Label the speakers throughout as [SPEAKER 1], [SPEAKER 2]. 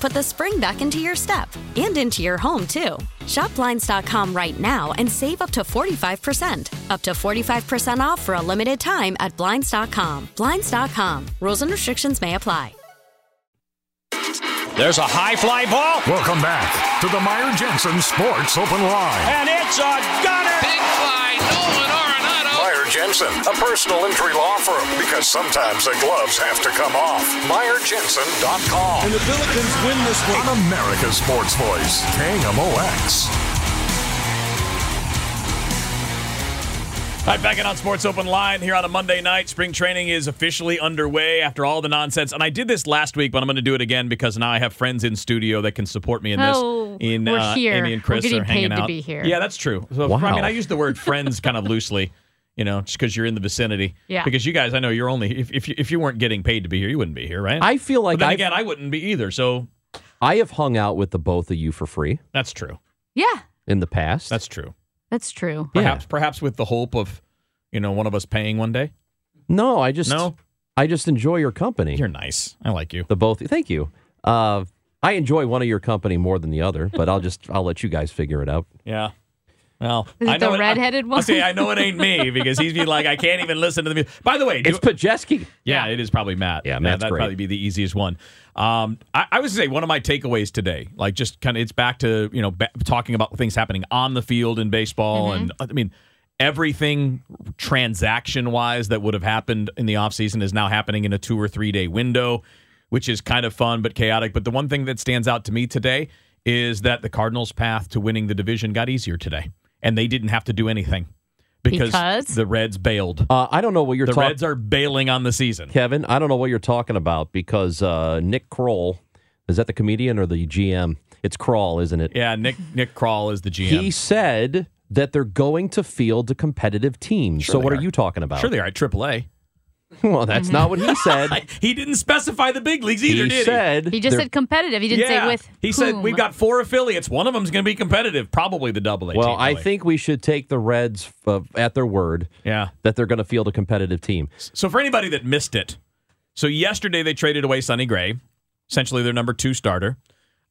[SPEAKER 1] put the spring back into your step and into your home, too. Shop Blinds.com right now and save up to 45%. Up to 45% off for a limited time at Blinds.com. Blinds.com. Rules and restrictions may apply.
[SPEAKER 2] There's a high fly ball,
[SPEAKER 3] Welcome back to the Meyer Jensen Sports Open Line.
[SPEAKER 2] and it's a gunner.
[SPEAKER 4] Big fly, Nolan Arenado.
[SPEAKER 3] Meyer Jensen, a personal injury law firm, because sometimes the gloves have to come off. MeyerJensen.com.
[SPEAKER 5] the Billikens win this
[SPEAKER 3] On America's Sports Voice, KMOX.
[SPEAKER 2] All right, back in on Sports Open Line here on a Monday night. Spring training is officially underway after all the nonsense. And I did this last week, but I'm going to do it again because now I have friends in studio that can support me in this.
[SPEAKER 6] Oh,
[SPEAKER 2] in
[SPEAKER 6] we're
[SPEAKER 2] uh,
[SPEAKER 6] here.
[SPEAKER 2] Amy and Chris
[SPEAKER 6] We're getting
[SPEAKER 2] are hanging
[SPEAKER 6] paid to
[SPEAKER 2] out.
[SPEAKER 6] be here.
[SPEAKER 2] Yeah, that's true. So, I mean, I use the word friends kind of loosely, you know, just because you're in the vicinity.
[SPEAKER 6] Yeah.
[SPEAKER 2] Because you guys, I know you're only if if you, if you weren't getting paid to be here, you wouldn't be here, right?
[SPEAKER 7] I feel
[SPEAKER 2] But
[SPEAKER 7] like
[SPEAKER 2] then
[SPEAKER 7] I've,
[SPEAKER 2] again, I wouldn't be either. So
[SPEAKER 7] I have hung out with the both of you for free
[SPEAKER 2] that's true.
[SPEAKER 6] Yeah,
[SPEAKER 7] in the past.
[SPEAKER 2] That's true.
[SPEAKER 6] that's true.
[SPEAKER 7] Yeah.
[SPEAKER 2] Perhaps perhaps with the hope of, you know, one of us paying one day.
[SPEAKER 7] no, I just
[SPEAKER 2] No?
[SPEAKER 7] I just enjoy your company.
[SPEAKER 2] You're nice. I like you.
[SPEAKER 7] the both. Thank you. Uh, I enjoy one of your company more than the other, but I'll just I'll let you guys figure it out.
[SPEAKER 2] Yeah. Well,
[SPEAKER 6] Is it
[SPEAKER 2] I know
[SPEAKER 6] the
[SPEAKER 2] it-
[SPEAKER 6] redheaded
[SPEAKER 2] I,
[SPEAKER 6] one?
[SPEAKER 2] See, I know it ain't me because he's be like, I can't even listen to the music. By the way, do-
[SPEAKER 7] It's Pajeski.
[SPEAKER 2] yeah, it is probably Matt.
[SPEAKER 7] Yeah, Matt's
[SPEAKER 2] that'd
[SPEAKER 7] great.
[SPEAKER 2] probably be the easiest one. Um, I, I was gonna say one of my takeaways today, like just kind of, it's back to you know ba- talking about things happening on the field in baseball,
[SPEAKER 7] Mm-hmm.
[SPEAKER 2] and I mean everything transaction wise that would have happened in the offseason is now happening in a two or three day window, which is kind of fun but chaotic. But the one thing that stands out to me today is that the Cardinals' path to winning the division got easier today, and they didn't have to do anything
[SPEAKER 6] Because?
[SPEAKER 2] the Reds bailed.
[SPEAKER 7] Uh, I don't know what you're
[SPEAKER 2] The
[SPEAKER 7] talking
[SPEAKER 2] Reds are bailing on the season.
[SPEAKER 7] Kevin, I don't know what you're talking about because uh, Nick Kroll, is that the comedian or the GM? It's Kroll, isn't it?
[SPEAKER 2] Yeah, Nick Nick Crawl is the GM.
[SPEAKER 7] He said that they're going to field a competitive team. so
[SPEAKER 2] they
[SPEAKER 7] what are.
[SPEAKER 2] are.
[SPEAKER 7] you talking about?
[SPEAKER 2] sure they are at AAA.
[SPEAKER 7] well, that's not what he said.
[SPEAKER 2] He didn't specify the big leagues either,
[SPEAKER 7] he
[SPEAKER 2] did
[SPEAKER 7] said
[SPEAKER 6] He just
[SPEAKER 7] they're-
[SPEAKER 6] said competitive. He
[SPEAKER 2] he?
[SPEAKER 6] didn't
[SPEAKER 2] yeah.
[SPEAKER 6] say with.
[SPEAKER 2] he said
[SPEAKER 6] whom.
[SPEAKER 2] we've got four affiliates. One of them's going to be competitive, probably the Double A.
[SPEAKER 7] Well,
[SPEAKER 2] team,
[SPEAKER 7] I
[SPEAKER 2] really.
[SPEAKER 7] think we should take the Reds uh, at their word
[SPEAKER 2] yeah.
[SPEAKER 7] that they're going to field a competitive team.
[SPEAKER 2] So for anybody that missed it, so yesterday they traded away Sonny Gray, essentially their number two starter,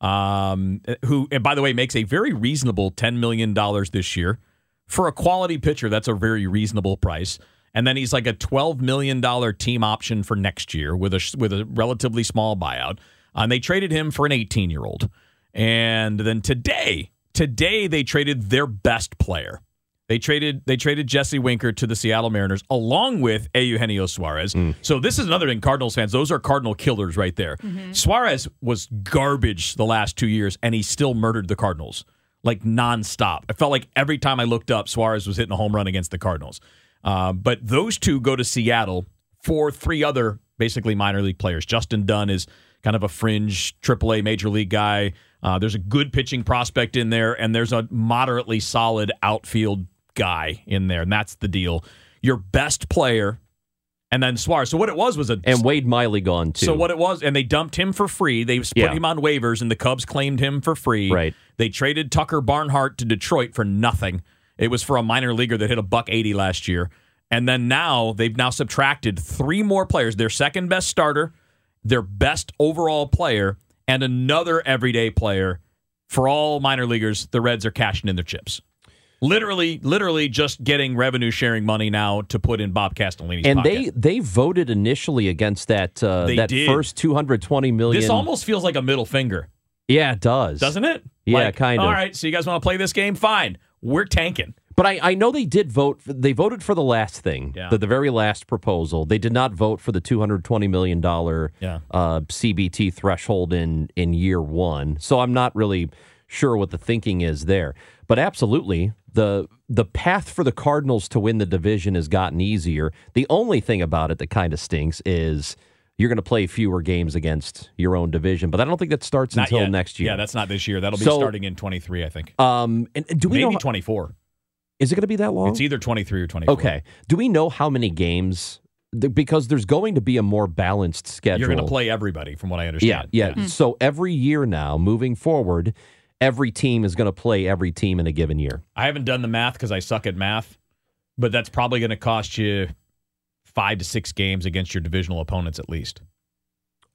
[SPEAKER 2] um, who, and by the way, makes a very reasonable ten million dollars this year for a quality pitcher. That's a very reasonable price. And then he's like a twelve million dollar team option for next year with a with a relatively small buyout. And they traded him for an eighteen year old. And then today, today they traded their best player. They traded they traded Jesse Winker to the Seattle Mariners along with Eugenio Suarez. So this is another thing, Cardinals fans. Those are Cardinal killers right there. Suarez was garbage the last two years, and he still murdered the Cardinals like nonstop. I felt like every time I looked up, Suarez was hitting a home run against the Cardinals. Uh, but those two go to Seattle for three other basically minor league players. Justin Dunn is kind of a fringe AAA major league guy. Uh, there's a good pitching prospect in there, and there's a moderately solid outfield guy in there, and that's the deal. Your best player, and then Suarez. So what it was was a
[SPEAKER 7] And Wade Miley gone too.
[SPEAKER 2] so what it was, and they dumped him for free. They put
[SPEAKER 7] Yeah.
[SPEAKER 2] him on waivers, and the Cubs claimed him for free.
[SPEAKER 7] Right.
[SPEAKER 2] They traded Tucker Barnhart to Detroit for nothing. It was for a minor leaguer that hit a buck eighty last year, and then now they've now subtracted three more players: their second best starter, their best overall player, and another everyday player. For all minor leaguers, the Reds are cashing in their chips. Literally, literally just getting revenue sharing money now to put in Bob Castellini's
[SPEAKER 7] And
[SPEAKER 2] pocket.
[SPEAKER 7] they they voted initially against that uh,
[SPEAKER 2] They
[SPEAKER 7] that
[SPEAKER 2] did.
[SPEAKER 7] first 220 million.
[SPEAKER 2] This almost feels like a middle finger,
[SPEAKER 7] yeah, it does.
[SPEAKER 2] doesn't it?
[SPEAKER 7] Yeah, kind of.
[SPEAKER 2] All right, so you guys want to play this game? Fine. We're tanking.
[SPEAKER 7] But I, I know they did vote. For, they voted for the last thing,
[SPEAKER 2] Yeah.
[SPEAKER 7] the, the very last proposal. They did not vote for the two hundred twenty million dollar
[SPEAKER 2] Yeah.
[SPEAKER 7] uh, CBT threshold in in year one. So I'm not really sure what the thinking is there. But absolutely, the the path for the Cardinals to win the division has gotten easier. The only thing about it that kind of stinks is you're going to play fewer games against your own division. But I don't think that starts
[SPEAKER 2] Not
[SPEAKER 7] until
[SPEAKER 2] yet.
[SPEAKER 7] next year.
[SPEAKER 2] Yeah, that's not this year. That'll be
[SPEAKER 7] So-
[SPEAKER 2] starting in 23, I think.
[SPEAKER 7] um. And and do we
[SPEAKER 2] Maybe
[SPEAKER 7] know?
[SPEAKER 2] 24.
[SPEAKER 7] Is it going to be that long?
[SPEAKER 2] It's either 23 or 24.
[SPEAKER 7] Okay. Do we know how many games? th- Because there's going to be a more balanced schedule.
[SPEAKER 2] You're going to play Hmm. everybody, from what I
[SPEAKER 7] Yeah,
[SPEAKER 2] understand.
[SPEAKER 7] yeah. So every year now, moving forward, every team is going to play every team in a given year.
[SPEAKER 2] I haven't done the math because I suck at math, but that's probably going to cost you five to six games against your divisional opponents at least.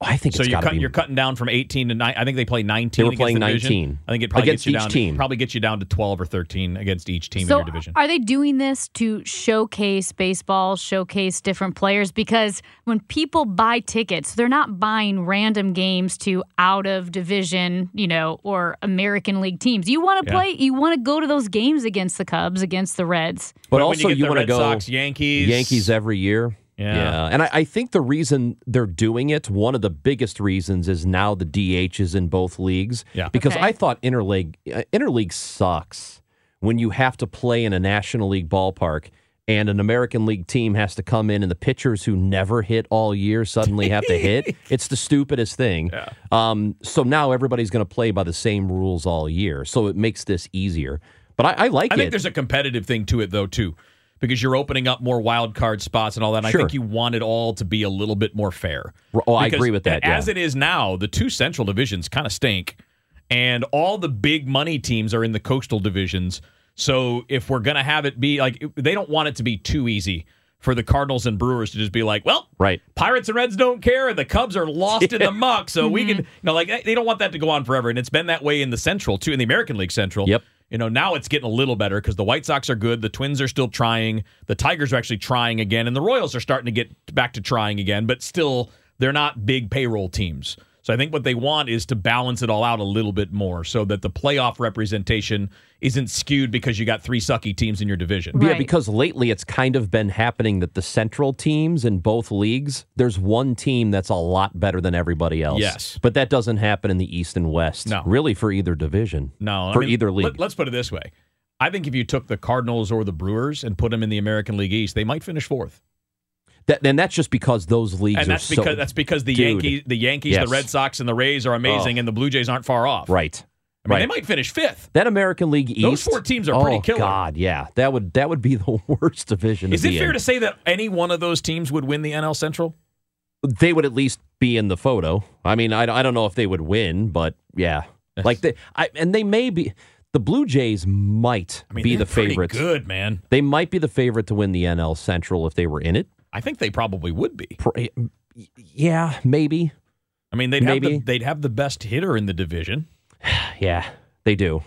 [SPEAKER 7] I think
[SPEAKER 2] So
[SPEAKER 7] it's
[SPEAKER 2] you're,
[SPEAKER 7] got to
[SPEAKER 2] cut,
[SPEAKER 7] be.
[SPEAKER 2] you're cutting down from 18 to 9. I think they play 19.
[SPEAKER 7] They were
[SPEAKER 2] against
[SPEAKER 7] playing
[SPEAKER 2] the division.
[SPEAKER 7] 19
[SPEAKER 2] I think it probably
[SPEAKER 7] against
[SPEAKER 2] gets you
[SPEAKER 7] each
[SPEAKER 2] down,
[SPEAKER 7] team.
[SPEAKER 2] Probably gets you down to 12 or 13 against each team in
[SPEAKER 6] So
[SPEAKER 2] your division.
[SPEAKER 6] are they doing this to showcase baseball, showcase different players? Because when people buy tickets, they're not buying random games to out of division, you know, or American League teams. You want to
[SPEAKER 2] Yeah.
[SPEAKER 6] play, you want to go to those games against the Cubs, against the Reds.
[SPEAKER 7] but,
[SPEAKER 2] when you,
[SPEAKER 7] also, you,
[SPEAKER 2] get the
[SPEAKER 7] want to
[SPEAKER 2] Red
[SPEAKER 7] go
[SPEAKER 2] Sox, Yankees.
[SPEAKER 7] Yankees every year.
[SPEAKER 2] Yeah.
[SPEAKER 7] And I, I think the reason they're doing it, one of the biggest reasons, is now the DH is in both leagues.
[SPEAKER 2] Yeah.
[SPEAKER 7] Because
[SPEAKER 6] Okay.
[SPEAKER 7] I thought interleague uh, interleague sucks when you have to play in a National League ballpark and an American League team has to come in and the pitchers who never hit all year suddenly have to hit. It's the stupidest thing. Um, so now everybody's going to play by the same rules all year. So it makes this easier. But I, I like
[SPEAKER 2] I
[SPEAKER 7] it.
[SPEAKER 2] think there's a competitive thing to it though too, because you're opening up more wild card spots and all that. And
[SPEAKER 7] Sure.
[SPEAKER 2] I think you want it all to be a little bit more fair.
[SPEAKER 7] R- oh, I
[SPEAKER 2] Because
[SPEAKER 7] agree with that,
[SPEAKER 2] As
[SPEAKER 7] yeah.
[SPEAKER 2] it is now, the two central divisions kind of stink, and all the big money teams are in the coastal divisions. So if we're gonna have it be like they don't want it to be too easy for the Cardinals and Brewers to just be like, well,
[SPEAKER 7] Right.
[SPEAKER 2] Pirates and Reds don't care, and the Cubs are lost in the muck. So we can,
[SPEAKER 7] Mm-hmm.
[SPEAKER 2] you know, like they- they don't want that to go on forever. And it's been that way in the Central too, in the American League Central.
[SPEAKER 7] Yep.
[SPEAKER 2] You know, now it's getting a little better because the White Sox are good. The Twins are still trying. The Tigers are actually trying again, and the Royals are starting to get back to trying again. But still, they're not big payroll teams. So I think what they want is to balance it all out a little bit more, so that the playoff representation isn't skewed because you got three sucky teams in your division.
[SPEAKER 6] Right.
[SPEAKER 7] Yeah, because lately it's kind of been happening that the central teams in both leagues, there's one team that's a lot better than everybody else.
[SPEAKER 2] Yes.
[SPEAKER 7] But that doesn't happen in the East and West.
[SPEAKER 2] No.
[SPEAKER 7] Really for either division.
[SPEAKER 2] No, I
[SPEAKER 7] For
[SPEAKER 2] mean,
[SPEAKER 7] either league.
[SPEAKER 2] Let, us put it this way: I think if you took the Cardinals or the Brewers and put them in the American League East, they might finish fourth.
[SPEAKER 7] That- and that's just because those leagues
[SPEAKER 2] And
[SPEAKER 7] are
[SPEAKER 2] that's
[SPEAKER 7] so-
[SPEAKER 2] because that's because the
[SPEAKER 7] Dude.
[SPEAKER 2] Yankees, the Yankees,
[SPEAKER 7] Yes. Oh.
[SPEAKER 2] the Red Sox, and the Rays are amazing, and the Blue Jays aren't far off.
[SPEAKER 7] Right.
[SPEAKER 2] I mean,
[SPEAKER 7] right.
[SPEAKER 2] they might finish fifth.
[SPEAKER 7] that American League East.
[SPEAKER 2] Those four teams are pretty
[SPEAKER 7] oh,
[SPEAKER 2] killer.
[SPEAKER 7] God, yeah. That would that would be the worst division.
[SPEAKER 2] Is
[SPEAKER 7] to
[SPEAKER 2] it
[SPEAKER 7] be
[SPEAKER 2] fair
[SPEAKER 7] in.
[SPEAKER 2] to say that any one of those teams would win the NL Central?
[SPEAKER 7] they would at least be in the photo. I mean, I, I don't know if they would win, but yeah, like they, I, and they may be. The Blue Jays might
[SPEAKER 2] I mean,
[SPEAKER 7] be
[SPEAKER 2] they're
[SPEAKER 7] the
[SPEAKER 2] pretty
[SPEAKER 7] favorites.
[SPEAKER 2] Good man.
[SPEAKER 7] They might be the favorite to win the NL Central if they were in it.
[SPEAKER 2] I think they probably would be.
[SPEAKER 7] Pr- Yeah, maybe.
[SPEAKER 2] I mean, they'd have
[SPEAKER 7] Maybe.
[SPEAKER 2] the, they'd have the best hitter in the division.
[SPEAKER 7] Yeah, they do.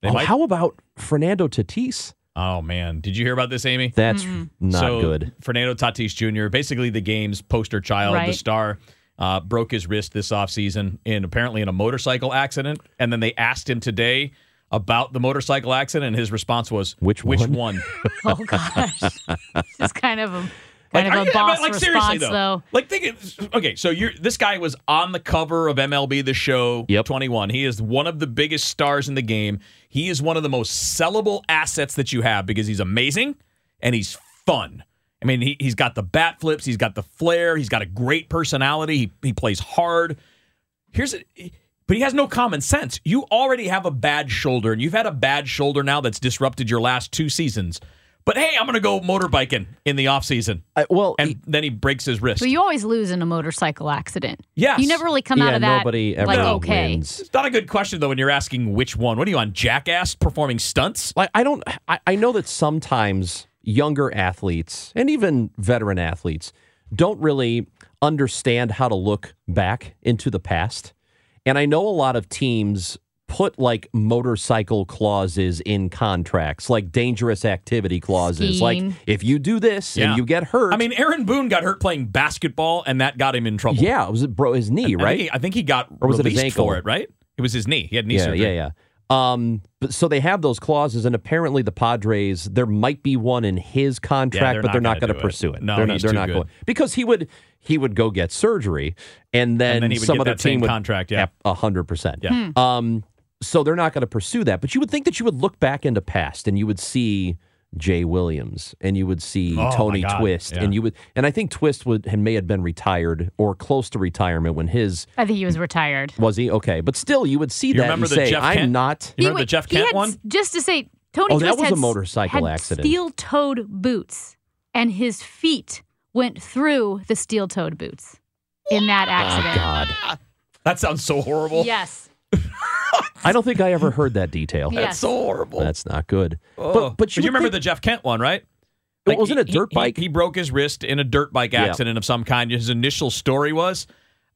[SPEAKER 2] They
[SPEAKER 7] oh,
[SPEAKER 2] might-
[SPEAKER 7] How about Fernando Tatis?
[SPEAKER 2] Oh man, did you hear about this, Amy?
[SPEAKER 7] That's not
[SPEAKER 2] so
[SPEAKER 7] good.
[SPEAKER 2] Fernando Tatis Jr., basically the game's poster child, the
[SPEAKER 6] Right.
[SPEAKER 2] star, uh, broke his wrist this offseason in apparently in a motorcycle accident. And then they asked him today about the motorcycle accident, and his response was,
[SPEAKER 7] Which
[SPEAKER 2] which
[SPEAKER 7] one?"
[SPEAKER 2] one?
[SPEAKER 6] Oh gosh, this is kind of a
[SPEAKER 2] Like,
[SPEAKER 6] kind
[SPEAKER 2] are
[SPEAKER 6] of a
[SPEAKER 2] you- I mean,
[SPEAKER 6] boss
[SPEAKER 2] like, seriously,
[SPEAKER 6] response, though.
[SPEAKER 2] Like, think it- okay. So you're this guy was on the cover of MLB The Show
[SPEAKER 7] Yep.
[SPEAKER 2] 21. He is one of the biggest stars in the game. He is one of the most sellable assets that you have because he's amazing and he's fun. I mean, he, he's got the bat flips, he's got the flair, he's got a great personality. He, he plays hard. Here's a, but he has no common sense. You already have a bad shoulder, and you've had a bad shoulder now that's disrupted your last two seasons. But hey, I'm going to go motorbiking in the offseason
[SPEAKER 7] I, well,
[SPEAKER 2] and then he breaks his wrist.
[SPEAKER 6] So you always lose in a motorcycle accident.
[SPEAKER 2] Yes.
[SPEAKER 6] you never really come
[SPEAKER 7] yeah,
[SPEAKER 6] out of that.
[SPEAKER 7] nobody ever
[SPEAKER 6] like okay.
[SPEAKER 7] wins.
[SPEAKER 2] it's not a good question though when you're asking which one. What are you on Jackass performing stunts?
[SPEAKER 7] Like I don't. I, I know that sometimes younger athletes and even veteran athletes don't really understand how to look back into the past. And I know a lot of teams put like motorcycle clauses in contracts, like dangerous activity clauses. Like
[SPEAKER 6] Skiing.
[SPEAKER 7] if you do this
[SPEAKER 2] Yeah.
[SPEAKER 7] and you get hurt,
[SPEAKER 2] I mean, Aaron Boone got hurt playing basketball, and that got him in trouble.
[SPEAKER 7] yeah, it was it bro his knee,
[SPEAKER 2] I
[SPEAKER 7] right?
[SPEAKER 2] think he, I think he got
[SPEAKER 7] Or was it his
[SPEAKER 2] released for
[SPEAKER 7] ankle?
[SPEAKER 2] it, right? It was his knee. He had knee
[SPEAKER 7] yeah,
[SPEAKER 2] surgery.
[SPEAKER 7] yeah, yeah. Um, but so they have those clauses, and apparently the Padres, there might be one in his contract,
[SPEAKER 2] they're
[SPEAKER 7] but
[SPEAKER 2] not
[SPEAKER 7] they're not
[SPEAKER 2] gonna do
[SPEAKER 7] going to
[SPEAKER 2] it.
[SPEAKER 7] pursue it.
[SPEAKER 2] No,
[SPEAKER 7] they're not.
[SPEAKER 2] he's
[SPEAKER 7] They're
[SPEAKER 2] too
[SPEAKER 7] not
[SPEAKER 2] good.
[SPEAKER 7] going because he would he would go get surgery, and then,
[SPEAKER 2] then he would
[SPEAKER 7] some
[SPEAKER 2] get
[SPEAKER 7] other
[SPEAKER 2] that same
[SPEAKER 7] team would
[SPEAKER 2] contract, yeah.
[SPEAKER 7] a hundred percent,
[SPEAKER 2] Yeah.
[SPEAKER 7] Um, so they're not going to pursue that, but you would think that you would look back into past and you would see. Jay Williams and you would see
[SPEAKER 2] Oh, my
[SPEAKER 7] Tony
[SPEAKER 2] God.
[SPEAKER 7] Twist
[SPEAKER 2] Yeah.
[SPEAKER 7] and you would and I think Twist would had- may have been retired or close to retirement when his
[SPEAKER 6] I think he was retired.
[SPEAKER 7] was he okay? But still, you would see
[SPEAKER 2] You
[SPEAKER 7] that
[SPEAKER 2] remember
[SPEAKER 7] and
[SPEAKER 2] the
[SPEAKER 7] say,
[SPEAKER 2] Jeff
[SPEAKER 7] "I'm
[SPEAKER 2] Kent?
[SPEAKER 7] not."
[SPEAKER 2] You
[SPEAKER 6] He
[SPEAKER 2] remember
[SPEAKER 6] wa-
[SPEAKER 2] the Jeff
[SPEAKER 6] he
[SPEAKER 2] Kent
[SPEAKER 6] had
[SPEAKER 2] one?
[SPEAKER 6] s- Just to say, Tony
[SPEAKER 7] Oh, that
[SPEAKER 6] Twist
[SPEAKER 7] was
[SPEAKER 6] had
[SPEAKER 7] a motorcycle
[SPEAKER 6] had
[SPEAKER 7] accident.
[SPEAKER 6] Steel-toed boots, and his feet went through the steel-toed boots in that
[SPEAKER 7] Oh,
[SPEAKER 6] accident.
[SPEAKER 7] God,
[SPEAKER 2] That sounds so horrible.
[SPEAKER 6] yes,
[SPEAKER 7] I don't think I ever heard that detail.
[SPEAKER 6] Yeah.
[SPEAKER 2] That's so horrible.
[SPEAKER 7] That's not good.
[SPEAKER 2] Oh.
[SPEAKER 7] But but you,
[SPEAKER 2] you
[SPEAKER 7] would
[SPEAKER 2] remember the
[SPEAKER 7] think,
[SPEAKER 2] Jeff Kent one, right?
[SPEAKER 7] It wasn't a
[SPEAKER 2] he-
[SPEAKER 7] dirt
[SPEAKER 2] he-
[SPEAKER 7] bike.
[SPEAKER 2] He, broke his wrist in a dirt bike
[SPEAKER 7] Yeah.
[SPEAKER 2] accident of some kind. His initial story was,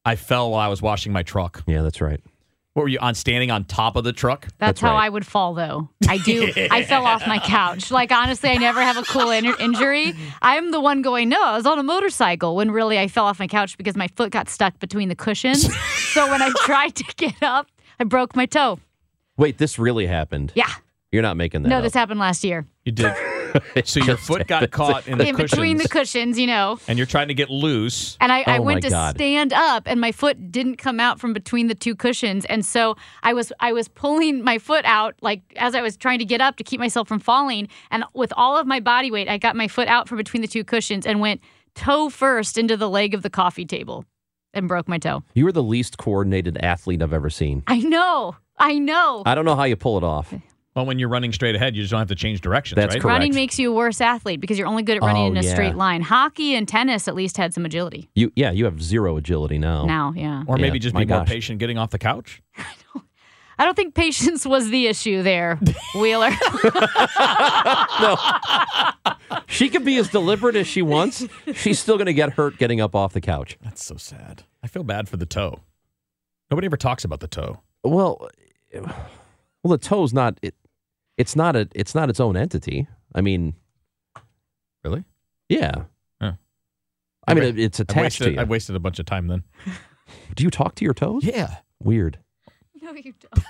[SPEAKER 2] "I fell while I was washing my truck."
[SPEAKER 7] yeah, that's right.
[SPEAKER 2] What were you on? Standing on top of the truck?
[SPEAKER 7] That's
[SPEAKER 6] that's, how
[SPEAKER 7] right.
[SPEAKER 6] I would fall. Though I do, I fell off my couch. Like honestly, I never have a cool in- injury. I'm the one going, no, I was on a motorcycle when really I fell off my couch because my foot got stuck between the cushions. so when I tried to get up, I broke my toe.
[SPEAKER 7] Wait, this really happened.
[SPEAKER 6] Yeah,
[SPEAKER 7] You're not making that.
[SPEAKER 6] no,
[SPEAKER 7] up.
[SPEAKER 6] this happened last year.
[SPEAKER 2] You did. so your foot got caught in the
[SPEAKER 6] in
[SPEAKER 2] cushions,
[SPEAKER 6] between the cushions, you know.
[SPEAKER 2] and you're trying to get loose.
[SPEAKER 6] And I, I
[SPEAKER 7] Oh, my
[SPEAKER 6] went to
[SPEAKER 7] God.
[SPEAKER 6] stand up, and my foot didn't come out from between the two cushions, and so I was I was pulling my foot out like as I was trying to get up to keep myself from falling, and with all of my body weight, I got my foot out from between the two cushions and went toe first into the leg of the coffee table, and broke my toe.
[SPEAKER 7] you were the least coordinated athlete I've ever seen.
[SPEAKER 6] I know, I know.
[SPEAKER 7] I don't know how you pull it off.
[SPEAKER 2] Well, when you're running straight ahead, you just don't have to change directions,
[SPEAKER 7] That's
[SPEAKER 2] right?
[SPEAKER 7] correct.
[SPEAKER 6] Running makes you a worse athlete because you're only good at running
[SPEAKER 7] Oh,
[SPEAKER 6] in a
[SPEAKER 7] yeah.
[SPEAKER 6] straight line. Hockey and tennis at least had some agility.
[SPEAKER 7] You yeah, you have zero agility now.
[SPEAKER 6] Now, yeah.
[SPEAKER 2] Or maybe
[SPEAKER 7] Yeah,
[SPEAKER 2] just
[SPEAKER 7] my
[SPEAKER 2] be more
[SPEAKER 7] gosh.
[SPEAKER 2] patient getting off the couch.
[SPEAKER 6] I don't think patience was the issue there, Wheeler.
[SPEAKER 7] She can be as deliberate as she wants. She's still going to get hurt getting up off the couch.
[SPEAKER 2] That's so sad. I feel bad for the toe. Nobody ever talks about the toe.
[SPEAKER 7] Well, well, the toe's not it. It's not a. It's not its own entity. I mean,
[SPEAKER 2] Really?
[SPEAKER 7] yeah.
[SPEAKER 2] Huh.
[SPEAKER 7] I mean,
[SPEAKER 2] wa-
[SPEAKER 7] it, it's
[SPEAKER 2] I
[SPEAKER 7] attached to
[SPEAKER 2] wasted,
[SPEAKER 7] you.
[SPEAKER 2] I wasted a bunch of time then.
[SPEAKER 7] Do you talk to your toes?
[SPEAKER 2] Yeah.
[SPEAKER 7] Weird.
[SPEAKER 6] no, you don't.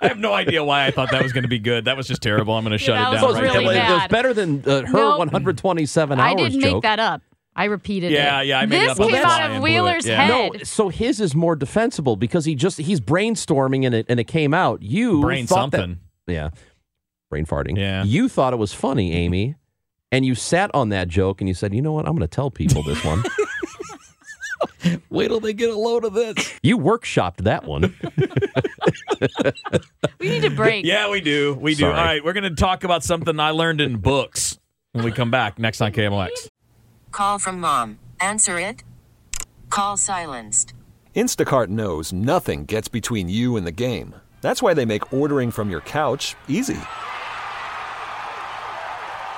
[SPEAKER 2] I have no idea why I thought that was going to be good. That was just terrible. I'm going to shut
[SPEAKER 6] that
[SPEAKER 2] it
[SPEAKER 6] was
[SPEAKER 2] down.
[SPEAKER 6] just
[SPEAKER 2] right
[SPEAKER 6] really
[SPEAKER 2] there.
[SPEAKER 7] it was
[SPEAKER 6] bad.
[SPEAKER 7] better than uh, her
[SPEAKER 6] Nope.
[SPEAKER 7] 127 hours
[SPEAKER 6] I didn't
[SPEAKER 7] joke.
[SPEAKER 6] make that up. I repeated
[SPEAKER 2] Yeah,
[SPEAKER 6] it.
[SPEAKER 2] yeah, I made it
[SPEAKER 6] this
[SPEAKER 2] up on the
[SPEAKER 6] came
[SPEAKER 2] fly
[SPEAKER 6] out
[SPEAKER 2] and
[SPEAKER 6] of
[SPEAKER 2] blew it,
[SPEAKER 6] Wheeler's
[SPEAKER 2] yeah.
[SPEAKER 6] head.
[SPEAKER 7] no, so his is more defensible because he just he's brainstorming and it and it came out. You
[SPEAKER 2] Brain
[SPEAKER 7] thought that-
[SPEAKER 2] something.
[SPEAKER 7] yeah, brain farting.
[SPEAKER 2] Yeah.
[SPEAKER 7] you thought it was funny, Amy, and you sat on that joke and you said, you know what, I'm going to tell people this one.
[SPEAKER 2] Wait till they get a load of this.
[SPEAKER 7] you workshopped that one.
[SPEAKER 6] we need a break.
[SPEAKER 2] yeah, we do. We do.
[SPEAKER 7] Sorry.
[SPEAKER 2] All right, we're going to talk about something I learned in books when we come back next on KMLX.
[SPEAKER 5] Call from mom. Answer it. Call silenced.
[SPEAKER 8] Instacart knows nothing gets between you and the game. That's why they make ordering from your couch easy.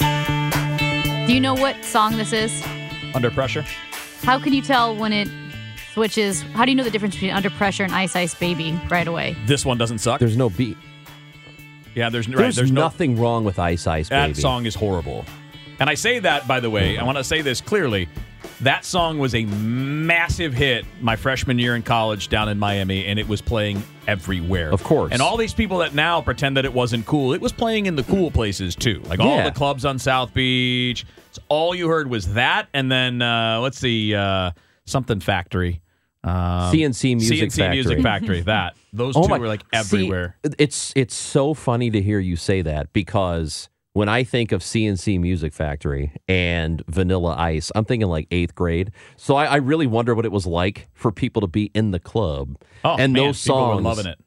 [SPEAKER 6] Do you know what song this is?
[SPEAKER 2] Under pressure.
[SPEAKER 6] How can you tell when it switches? How do you know the difference between Under Pressure and Ice Ice Baby right away?
[SPEAKER 2] This one doesn't suck.
[SPEAKER 7] There's no beat.
[SPEAKER 2] Yeah, there's, right,
[SPEAKER 7] There's,
[SPEAKER 2] there's no-
[SPEAKER 7] nothing wrong with Ice Ice Baby.
[SPEAKER 2] That song is horrible. And I say that, by the way, I want to say this clearly. That song was a massive hit my freshman year in college down in Miami, and it was playing everywhere.
[SPEAKER 7] Of course.
[SPEAKER 2] And all these people that now pretend that it wasn't cool, it was playing in the cool places too. Like all
[SPEAKER 7] Yeah.
[SPEAKER 2] the clubs on South Beach. It's all you heard was that, and then uh, let's see, uh, something factory. Um,
[SPEAKER 7] CNC Music
[SPEAKER 2] CNC Music Factory.
[SPEAKER 7] Factory.
[SPEAKER 2] That those
[SPEAKER 7] Oh
[SPEAKER 2] two
[SPEAKER 7] my-
[SPEAKER 2] were like
[SPEAKER 7] See,
[SPEAKER 2] everywhere.
[SPEAKER 7] it's it's so funny to hear you say that because when I think of CNC Music Factory and Vanilla Ice, I'm thinking like eighth grade. So I, I really wonder what it was like for people to be in the club
[SPEAKER 2] Oh,
[SPEAKER 7] and
[SPEAKER 2] man,
[SPEAKER 7] those
[SPEAKER 2] people were
[SPEAKER 7] songs
[SPEAKER 2] loving it.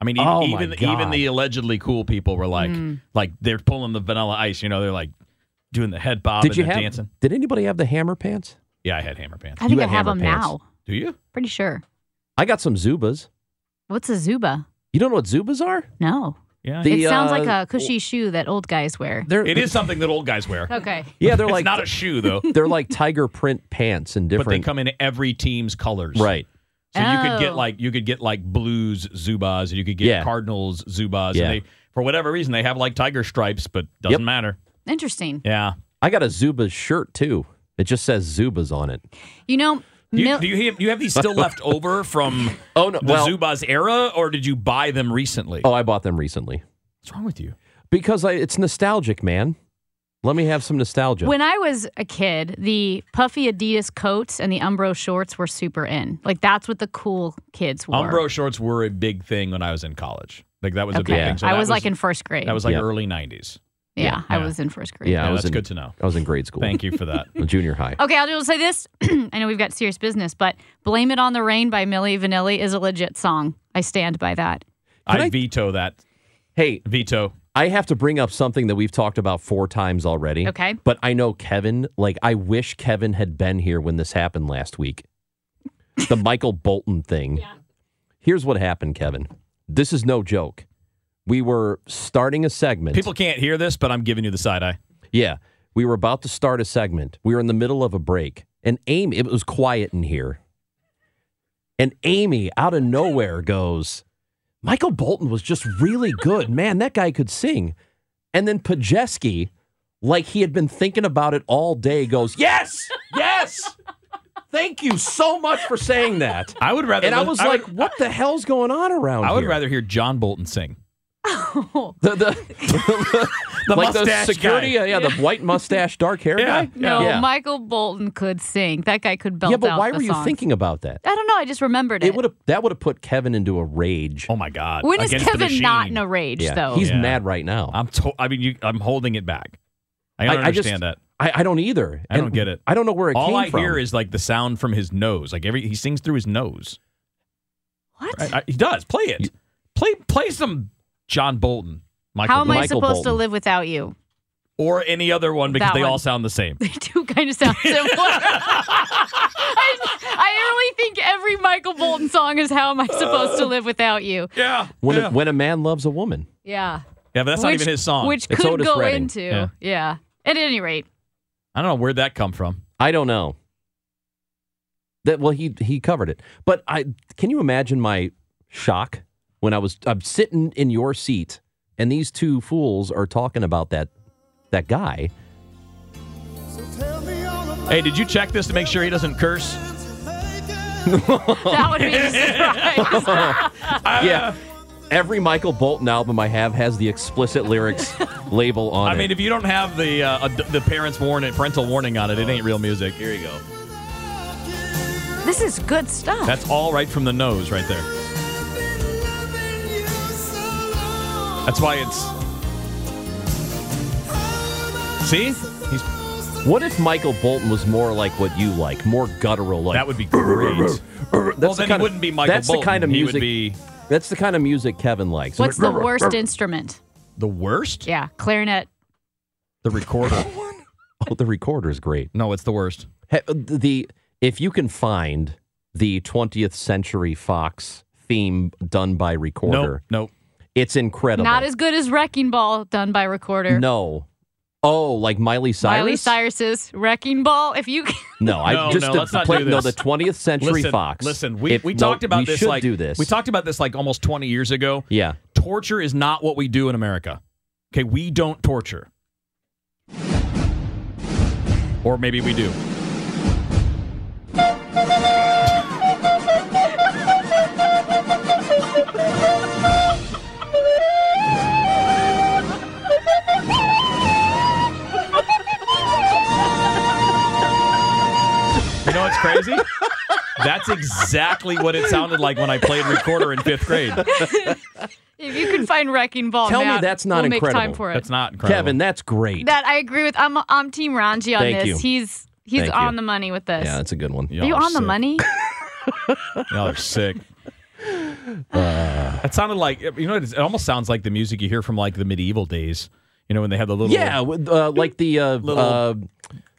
[SPEAKER 2] I mean, even
[SPEAKER 7] Oh, my
[SPEAKER 2] even,
[SPEAKER 7] God.
[SPEAKER 2] even the allegedly cool people were like,
[SPEAKER 6] Mm.
[SPEAKER 2] like they're pulling the vanilla ice. You know, they're like doing the head bob
[SPEAKER 7] Did
[SPEAKER 2] and
[SPEAKER 7] you
[SPEAKER 2] the
[SPEAKER 7] have?
[SPEAKER 2] dancing.
[SPEAKER 7] Did anybody have the hammer pants?
[SPEAKER 2] Yeah, I had hammer pants.
[SPEAKER 6] I think
[SPEAKER 7] You
[SPEAKER 6] I
[SPEAKER 7] had
[SPEAKER 6] have them
[SPEAKER 7] hammer pants.
[SPEAKER 6] now.
[SPEAKER 2] Do you?
[SPEAKER 6] Pretty sure.
[SPEAKER 7] I got some Zubas.
[SPEAKER 6] What's a Zuba?
[SPEAKER 7] You don't know what Zubas are?
[SPEAKER 6] No.
[SPEAKER 2] Yeah,
[SPEAKER 6] it
[SPEAKER 7] The,
[SPEAKER 6] sounds
[SPEAKER 7] uh,
[SPEAKER 6] like a cushy shoe that old guys wear.
[SPEAKER 7] They're,
[SPEAKER 2] it is something that old guys wear.
[SPEAKER 6] Okay.
[SPEAKER 7] Yeah, they're
[SPEAKER 2] It's
[SPEAKER 7] like
[SPEAKER 2] not a shoe though,
[SPEAKER 7] they're like tiger print pants and
[SPEAKER 2] but they
[SPEAKER 7] different.
[SPEAKER 2] come in every team's colors.
[SPEAKER 7] right.
[SPEAKER 2] So you could get
[SPEAKER 6] Oh.
[SPEAKER 2] like you could get like blues Zubas, and you could get
[SPEAKER 7] Yeah.
[SPEAKER 2] Cardinals Zubas,
[SPEAKER 7] Yeah.
[SPEAKER 2] and they for whatever reason they have like tiger stripes, but doesn't
[SPEAKER 7] Yep.
[SPEAKER 2] matter.
[SPEAKER 6] Interesting.
[SPEAKER 2] Yeah.
[SPEAKER 7] I got a Zubas shirt too. It just says Zubas on it.
[SPEAKER 6] You know,
[SPEAKER 2] Do you,
[SPEAKER 6] mil-
[SPEAKER 2] do you have, you have these still left over from
[SPEAKER 7] Oh, no,
[SPEAKER 2] the
[SPEAKER 7] well-
[SPEAKER 2] Zubas era, or did you buy them recently?
[SPEAKER 7] Oh, I bought them recently
[SPEAKER 2] What's wrong with you?
[SPEAKER 7] because I, it's nostalgic, man. Let me have some nostalgia.
[SPEAKER 6] When I was a kid, the puffy Adidas coats and the Umbro shorts were super in. Like that's what the cool kids wore.
[SPEAKER 2] Umbro shorts were a big thing when I was in college. Like that was a
[SPEAKER 6] Okay.
[SPEAKER 2] big thing. So
[SPEAKER 6] I
[SPEAKER 2] that
[SPEAKER 6] was, like in first grade.
[SPEAKER 2] that was like
[SPEAKER 7] Yeah.
[SPEAKER 2] early '90s.
[SPEAKER 6] yeah, I
[SPEAKER 2] yeah.
[SPEAKER 6] was in first grade.
[SPEAKER 7] yeah, I
[SPEAKER 2] Yeah,
[SPEAKER 7] was
[SPEAKER 2] that's
[SPEAKER 7] in,
[SPEAKER 2] good to know.
[SPEAKER 7] I was in grade school.
[SPEAKER 2] Thank you for that.
[SPEAKER 7] Junior high.
[SPEAKER 6] Okay, I'll just say this. I know we've got serious business, but "Blame It on the Rain" by Milli Vanilli is a legit song. I stand by that.
[SPEAKER 2] I,
[SPEAKER 7] I-
[SPEAKER 2] veto that.
[SPEAKER 7] Hey,
[SPEAKER 2] Veto.
[SPEAKER 7] I have to bring up something that we've talked about four times already.
[SPEAKER 6] Okay.
[SPEAKER 7] But I know Kevin, like, I wish Kevin had been here when this happened last week. The Michael Bolton thing. Here's what happened, Kevin. This is no joke. We were starting a segment.
[SPEAKER 2] People can't hear this, but I'm giving you the side eye.
[SPEAKER 7] Yeah. We were about to start a segment. We were in the middle of a break. And Amy, it was quiet in here. And Amy, out of nowhere, goes, Michael Bolton was just really good. Man, that guy could sing. And then Pajeski, like he had been thinking about it all day, goes, Yes, yes. Thank you so much for saying that.
[SPEAKER 2] I would rather.
[SPEAKER 7] And I
[SPEAKER 2] lis-
[SPEAKER 7] was
[SPEAKER 2] would-
[SPEAKER 7] like, What the hell's going on around
[SPEAKER 2] I would
[SPEAKER 7] here?
[SPEAKER 2] rather hear John Bolton sing.
[SPEAKER 7] The, the, the,
[SPEAKER 2] The
[SPEAKER 7] like
[SPEAKER 2] mustache
[SPEAKER 7] the security, uh,
[SPEAKER 2] guy.
[SPEAKER 7] Yeah, the white mustache, dark hair
[SPEAKER 2] Yeah,
[SPEAKER 7] guy.
[SPEAKER 6] No,
[SPEAKER 7] Yeah.
[SPEAKER 6] Michael Bolton could sing. That guy could belt
[SPEAKER 7] yeah, but
[SPEAKER 6] out
[SPEAKER 7] why
[SPEAKER 6] the
[SPEAKER 7] were you
[SPEAKER 6] songs.
[SPEAKER 7] thinking about that?
[SPEAKER 6] I don't know. I just remembered it.
[SPEAKER 7] It would have that would have put Kevin into a rage.
[SPEAKER 2] Oh my God!
[SPEAKER 6] when is
[SPEAKER 2] Against the
[SPEAKER 6] Kevin not
[SPEAKER 2] Machine.
[SPEAKER 6] in a rage
[SPEAKER 7] yeah,
[SPEAKER 6] though?
[SPEAKER 7] he's
[SPEAKER 2] Yeah.
[SPEAKER 7] mad right now.
[SPEAKER 2] I'm. To- I mean, you, I'm holding it back. I don't
[SPEAKER 7] just-
[SPEAKER 2] understand that.
[SPEAKER 7] I, I don't either.
[SPEAKER 2] I don't
[SPEAKER 7] And
[SPEAKER 2] get it.
[SPEAKER 7] I don't know where it
[SPEAKER 2] All
[SPEAKER 7] came
[SPEAKER 2] I
[SPEAKER 7] from.
[SPEAKER 2] hear is like the sound from his nose. Like every he sings through his nose.
[SPEAKER 6] what?
[SPEAKER 2] I, I, he does. Play it. Play play some John Bolton, Michael,
[SPEAKER 6] How am I
[SPEAKER 7] Michael
[SPEAKER 6] supposed to
[SPEAKER 7] Bolton.
[SPEAKER 6] live without you?
[SPEAKER 2] or any other one because
[SPEAKER 6] That
[SPEAKER 2] they all
[SPEAKER 6] one.
[SPEAKER 2] sound the same.
[SPEAKER 6] They do kind of sound similar. I, I really think every Michael Bolton song is "How Am I Supposed
[SPEAKER 2] Uh.
[SPEAKER 6] to Live Without You."
[SPEAKER 2] Yeah.
[SPEAKER 7] when
[SPEAKER 2] yeah.
[SPEAKER 7] a, when a man loves a woman.
[SPEAKER 6] Yeah,
[SPEAKER 2] Yeah, but that's not
[SPEAKER 6] Which-
[SPEAKER 2] even his song.
[SPEAKER 6] which
[SPEAKER 7] It's
[SPEAKER 6] could
[SPEAKER 7] Otis
[SPEAKER 6] go
[SPEAKER 7] Redding.
[SPEAKER 6] into
[SPEAKER 2] Yeah.
[SPEAKER 6] yeah. At any rate,
[SPEAKER 2] I don't know where'd that come from.
[SPEAKER 7] I don't know. That well, he he covered it. But I can you imagine my shock when I was I'm sitting in your seat and these two fools are talking about that that guy.
[SPEAKER 2] Hey, did you check this to make sure he doesn't curse?
[SPEAKER 6] that would be a surprise.
[SPEAKER 7] yeah. Every Michael Bolton album I have has the explicit lyrics label on
[SPEAKER 2] I
[SPEAKER 7] it.
[SPEAKER 2] mean, if you don't have the uh, ad- the parents warning, parental warning on it, it ain't real music. Here you go.
[SPEAKER 6] this is good stuff.
[SPEAKER 2] That's all right from the nose, right there. That's why it's. See? He's.
[SPEAKER 7] What if Michael Bolton was more like what you like, more guttural? Like
[SPEAKER 2] That would be great.
[SPEAKER 7] That's
[SPEAKER 2] well,
[SPEAKER 7] the
[SPEAKER 2] then
[SPEAKER 7] kind
[SPEAKER 2] he
[SPEAKER 7] of-
[SPEAKER 2] wouldn't be Michael
[SPEAKER 7] that's
[SPEAKER 2] Bolton.
[SPEAKER 7] the kind of
[SPEAKER 2] He
[SPEAKER 7] music.
[SPEAKER 2] would be.
[SPEAKER 7] That's the kind of music Kevin likes.
[SPEAKER 6] What's the worst instrument?
[SPEAKER 2] The worst?
[SPEAKER 6] Yeah, clarinet.
[SPEAKER 2] The recorder.
[SPEAKER 7] oh, the recorder is great. uh,
[SPEAKER 2] No, it's the worst.
[SPEAKER 7] The if you can find the 20th Century Fox theme done by recorder,
[SPEAKER 2] nope,
[SPEAKER 7] it's incredible.
[SPEAKER 6] Not as good as Wrecking Ball done by recorder.
[SPEAKER 7] no. Oh, like Miley Cyrus.
[SPEAKER 6] Miley Cyrus's Wrecking Ball. If you
[SPEAKER 7] No, I
[SPEAKER 2] No,
[SPEAKER 7] just
[SPEAKER 2] no,
[SPEAKER 7] the,
[SPEAKER 2] let's not
[SPEAKER 7] play-
[SPEAKER 2] do this.
[SPEAKER 7] No, the 20th Century
[SPEAKER 2] listen,
[SPEAKER 7] Fox.
[SPEAKER 2] Listen, we,
[SPEAKER 7] If-
[SPEAKER 2] we
[SPEAKER 7] no,
[SPEAKER 2] talked about
[SPEAKER 7] we
[SPEAKER 2] this
[SPEAKER 7] should
[SPEAKER 2] like
[SPEAKER 7] do this.
[SPEAKER 2] We talked about this like almost 20 years ago.
[SPEAKER 7] Yeah.
[SPEAKER 2] Torture is not what we do in America. Okay, we don't torture. Or maybe we do. You know what's crazy? That's exactly what it sounded like when I played recorder in fifth grade.
[SPEAKER 6] if you can find Wrecking Ball,
[SPEAKER 7] Tell
[SPEAKER 6] Matt,
[SPEAKER 7] me that's not
[SPEAKER 6] we'll
[SPEAKER 7] incredible.
[SPEAKER 6] Make time for it.
[SPEAKER 2] That's not incredible.
[SPEAKER 7] Kevin, that's great.
[SPEAKER 6] That I agree with. I'm I'm Team Ranji on
[SPEAKER 7] Thank
[SPEAKER 6] this.
[SPEAKER 7] you.
[SPEAKER 6] He's he's
[SPEAKER 7] Thank
[SPEAKER 6] on
[SPEAKER 7] you.
[SPEAKER 6] the money with this.
[SPEAKER 7] yeah, that's a good one.
[SPEAKER 6] Are you
[SPEAKER 2] Y'all are
[SPEAKER 6] on the
[SPEAKER 2] sick.
[SPEAKER 6] money?
[SPEAKER 2] Y'all are sick. Uh, that sounded like you know. It almost sounds like the music you hear from like the medieval days. You know when they had the little
[SPEAKER 7] Yeah, with, uh, like the uh,
[SPEAKER 2] Little
[SPEAKER 7] uh,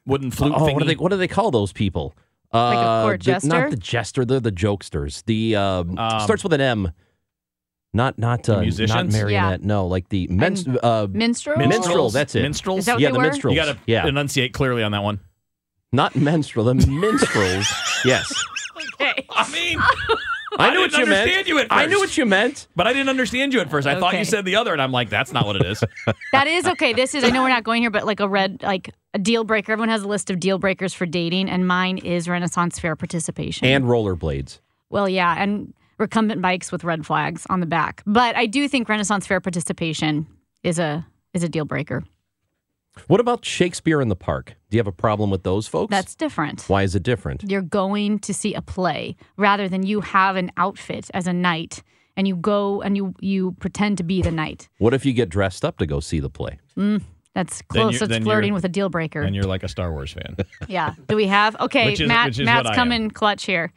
[SPEAKER 2] wooden flute
[SPEAKER 7] oh,
[SPEAKER 2] thingy.
[SPEAKER 7] what do they what do they call those people? Uh,
[SPEAKER 6] Like a court
[SPEAKER 7] the-
[SPEAKER 6] jester?
[SPEAKER 7] not the jester. They're the jokesters. The um, starts with an M. Not not uh, not
[SPEAKER 2] musicians?
[SPEAKER 7] marionette. No, like the mens- uh,
[SPEAKER 6] Minstrel.
[SPEAKER 7] minstrel. That's it.
[SPEAKER 2] Minstrels.
[SPEAKER 6] Is that what
[SPEAKER 7] yeah,
[SPEAKER 6] they
[SPEAKER 7] the
[SPEAKER 6] were?
[SPEAKER 7] minstrels.
[SPEAKER 2] You got to
[SPEAKER 7] yeah,
[SPEAKER 2] enunciate clearly on that one.
[SPEAKER 7] not minstrel. The minstrels. yes,
[SPEAKER 6] Okay.
[SPEAKER 2] I mean,
[SPEAKER 7] I, knew
[SPEAKER 2] didn't
[SPEAKER 7] what you meant.
[SPEAKER 2] understand you at
[SPEAKER 7] I knew
[SPEAKER 2] first.
[SPEAKER 7] what you meant.
[SPEAKER 2] but I didn't understand you at first. I thought you
[SPEAKER 6] Okay.
[SPEAKER 2] said the other, and I'm like, that's not what it is.
[SPEAKER 6] That is okay. This is I know we're not going here, but like a red like a deal breaker. Everyone has a list of deal breakers for dating, and mine is Renaissance fair participation.
[SPEAKER 7] And rollerblades.
[SPEAKER 6] well, yeah, and recumbent bikes with red flags on the back. But I do think Renaissance fair participation is a is a deal breaker.
[SPEAKER 7] What about Shakespeare in the Park? Do you have a problem with those folks?
[SPEAKER 6] That's different.
[SPEAKER 7] why is it different?
[SPEAKER 6] You're going to see a play rather than you have an outfit as a knight and you go and you you pretend to be the knight.
[SPEAKER 7] What if you get dressed up to go see the play?
[SPEAKER 6] That's
[SPEAKER 2] Then
[SPEAKER 6] close.
[SPEAKER 2] you're-
[SPEAKER 6] That's
[SPEAKER 2] then
[SPEAKER 6] flirting
[SPEAKER 2] you're-
[SPEAKER 6] with a deal breaker.
[SPEAKER 2] and you're like a Star Wars fan.
[SPEAKER 6] Yeah. Do we have? Okay,
[SPEAKER 2] Which is-
[SPEAKER 6] Matt.
[SPEAKER 2] which is
[SPEAKER 6] Matt's
[SPEAKER 2] what I
[SPEAKER 6] coming clutch here.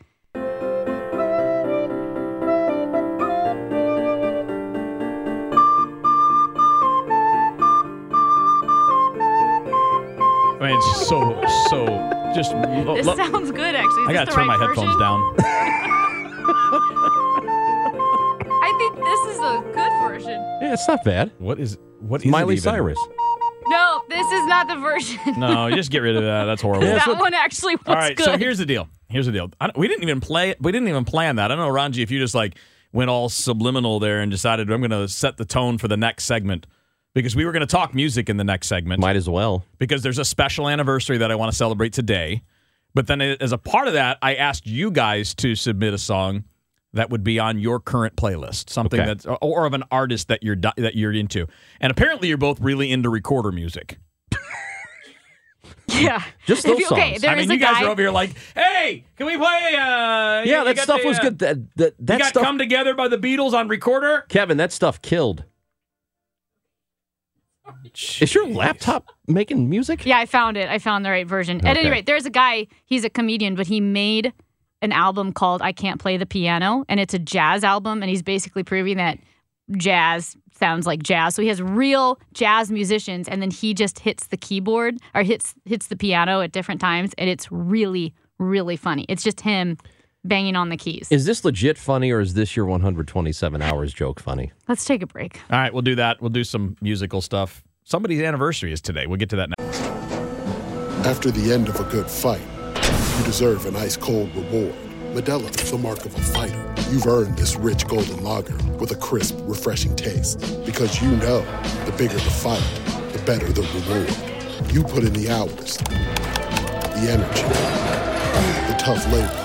[SPEAKER 2] I mean, it's just so so just. lo-
[SPEAKER 6] This
[SPEAKER 2] lo-
[SPEAKER 6] sounds good, actually. Is
[SPEAKER 2] Oh, I
[SPEAKER 6] this
[SPEAKER 2] gotta
[SPEAKER 6] the
[SPEAKER 2] turn
[SPEAKER 6] right
[SPEAKER 2] my
[SPEAKER 6] version?
[SPEAKER 2] headphones down.
[SPEAKER 6] I think this is a good version.
[SPEAKER 7] Yeah, it's not bad.
[SPEAKER 2] What is what is it
[SPEAKER 7] Miley
[SPEAKER 2] even?
[SPEAKER 7] Cyrus.
[SPEAKER 6] No, this is not the version.
[SPEAKER 2] No, just get rid of that. That's horrible.
[SPEAKER 6] that one actually was
[SPEAKER 2] All right,
[SPEAKER 6] good.
[SPEAKER 2] so here's the deal. Here's the deal. I don't- we didn't even play. We didn't even plan that. I don't know, Ranji, if you just like went all subliminal there and decided I'm going to set the tone for the next segment because we were going to talk music in the next segment
[SPEAKER 7] Might as well.
[SPEAKER 2] because there's a special anniversary that I want to celebrate today. But then, as a part of that, I asked you guys to submit a song that would be on your current playlist, something
[SPEAKER 7] Okay.
[SPEAKER 2] that's or of an artist that you're di- that you're into. And apparently, you're both really into recorder music.
[SPEAKER 6] yeah.
[SPEAKER 7] Just
[SPEAKER 6] If
[SPEAKER 7] those
[SPEAKER 6] you- Okay,
[SPEAKER 7] songs.
[SPEAKER 6] there
[SPEAKER 2] I mean,
[SPEAKER 6] is
[SPEAKER 2] you
[SPEAKER 6] a
[SPEAKER 2] guys
[SPEAKER 6] guy.
[SPEAKER 2] are over here like, hey, can we play? Uh,
[SPEAKER 7] Yeah,
[SPEAKER 2] you
[SPEAKER 7] that
[SPEAKER 2] got
[SPEAKER 7] stuff
[SPEAKER 2] the,
[SPEAKER 7] was
[SPEAKER 2] uh,
[SPEAKER 7] good. That that,
[SPEAKER 2] You
[SPEAKER 7] that
[SPEAKER 2] got
[SPEAKER 7] stuff,
[SPEAKER 2] come together by the Beatles on recorder.
[SPEAKER 7] Kevin. That stuff killed. Is your laptop making music?
[SPEAKER 6] Yeah, I found it. I found the right version. At any
[SPEAKER 7] Okay.
[SPEAKER 6] rate, there's a guy. He's a comedian, but he made an album called "I Can't Play the Piano," and it's a jazz album. And he's basically proving that jazz sounds like jazz. So he has real jazz musicians, and then he just hits the keyboard or hits hits the piano at different times, and it's really really funny. It's just him banging on the keys.
[SPEAKER 7] Is this legit funny or is this your 127 hours joke funny?
[SPEAKER 6] Let's take a break.
[SPEAKER 2] All right, we'll do that. We'll do some musical stuff. Somebody's anniversary is today. We'll get to that now.
[SPEAKER 9] After the end of a good fight, you deserve an ice cold reward. Medella is the mark of a fighter. You've earned this rich golden lager with a crisp, refreshing taste. Because you know the bigger the fight, the better the reward. You put in the hours, the energy, the tough labor.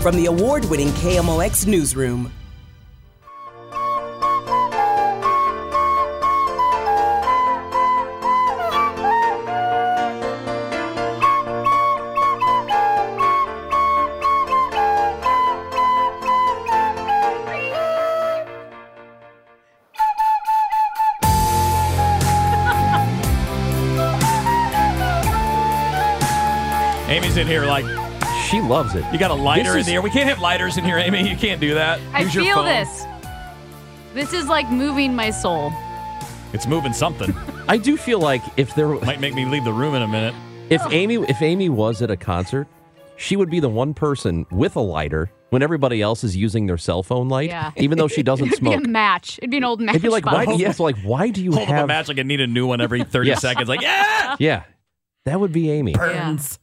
[SPEAKER 10] From the award winning KMOX Newsroom.
[SPEAKER 2] Amy's in here like
[SPEAKER 7] she loves it.
[SPEAKER 2] You got a lighter
[SPEAKER 7] This
[SPEAKER 2] in
[SPEAKER 7] is-
[SPEAKER 2] there. We can't have lighters in here, Amy. You can't do that.
[SPEAKER 6] I
[SPEAKER 2] Use your
[SPEAKER 6] feel
[SPEAKER 2] phone.
[SPEAKER 6] this. This is like moving my soul.
[SPEAKER 2] It's moving something.
[SPEAKER 7] I do feel like if there
[SPEAKER 2] might make me leave the room in a minute.
[SPEAKER 7] If Amy if Amy was at a concert, she would be the one person with a lighter when everybody else is using their cell phone light,
[SPEAKER 6] Yeah.
[SPEAKER 7] even though she doesn't
[SPEAKER 6] It'd
[SPEAKER 7] smoke.
[SPEAKER 6] be a match. It'd be an old match.
[SPEAKER 7] It'd be like why?
[SPEAKER 6] bottle.
[SPEAKER 7] Yeah, it's like why do you
[SPEAKER 2] Hold up a
[SPEAKER 7] have?
[SPEAKER 2] match like I need a new one every 30
[SPEAKER 7] Yes.
[SPEAKER 2] seconds. Like, yeah!
[SPEAKER 7] Yeah, that would be Amy.
[SPEAKER 2] Burns.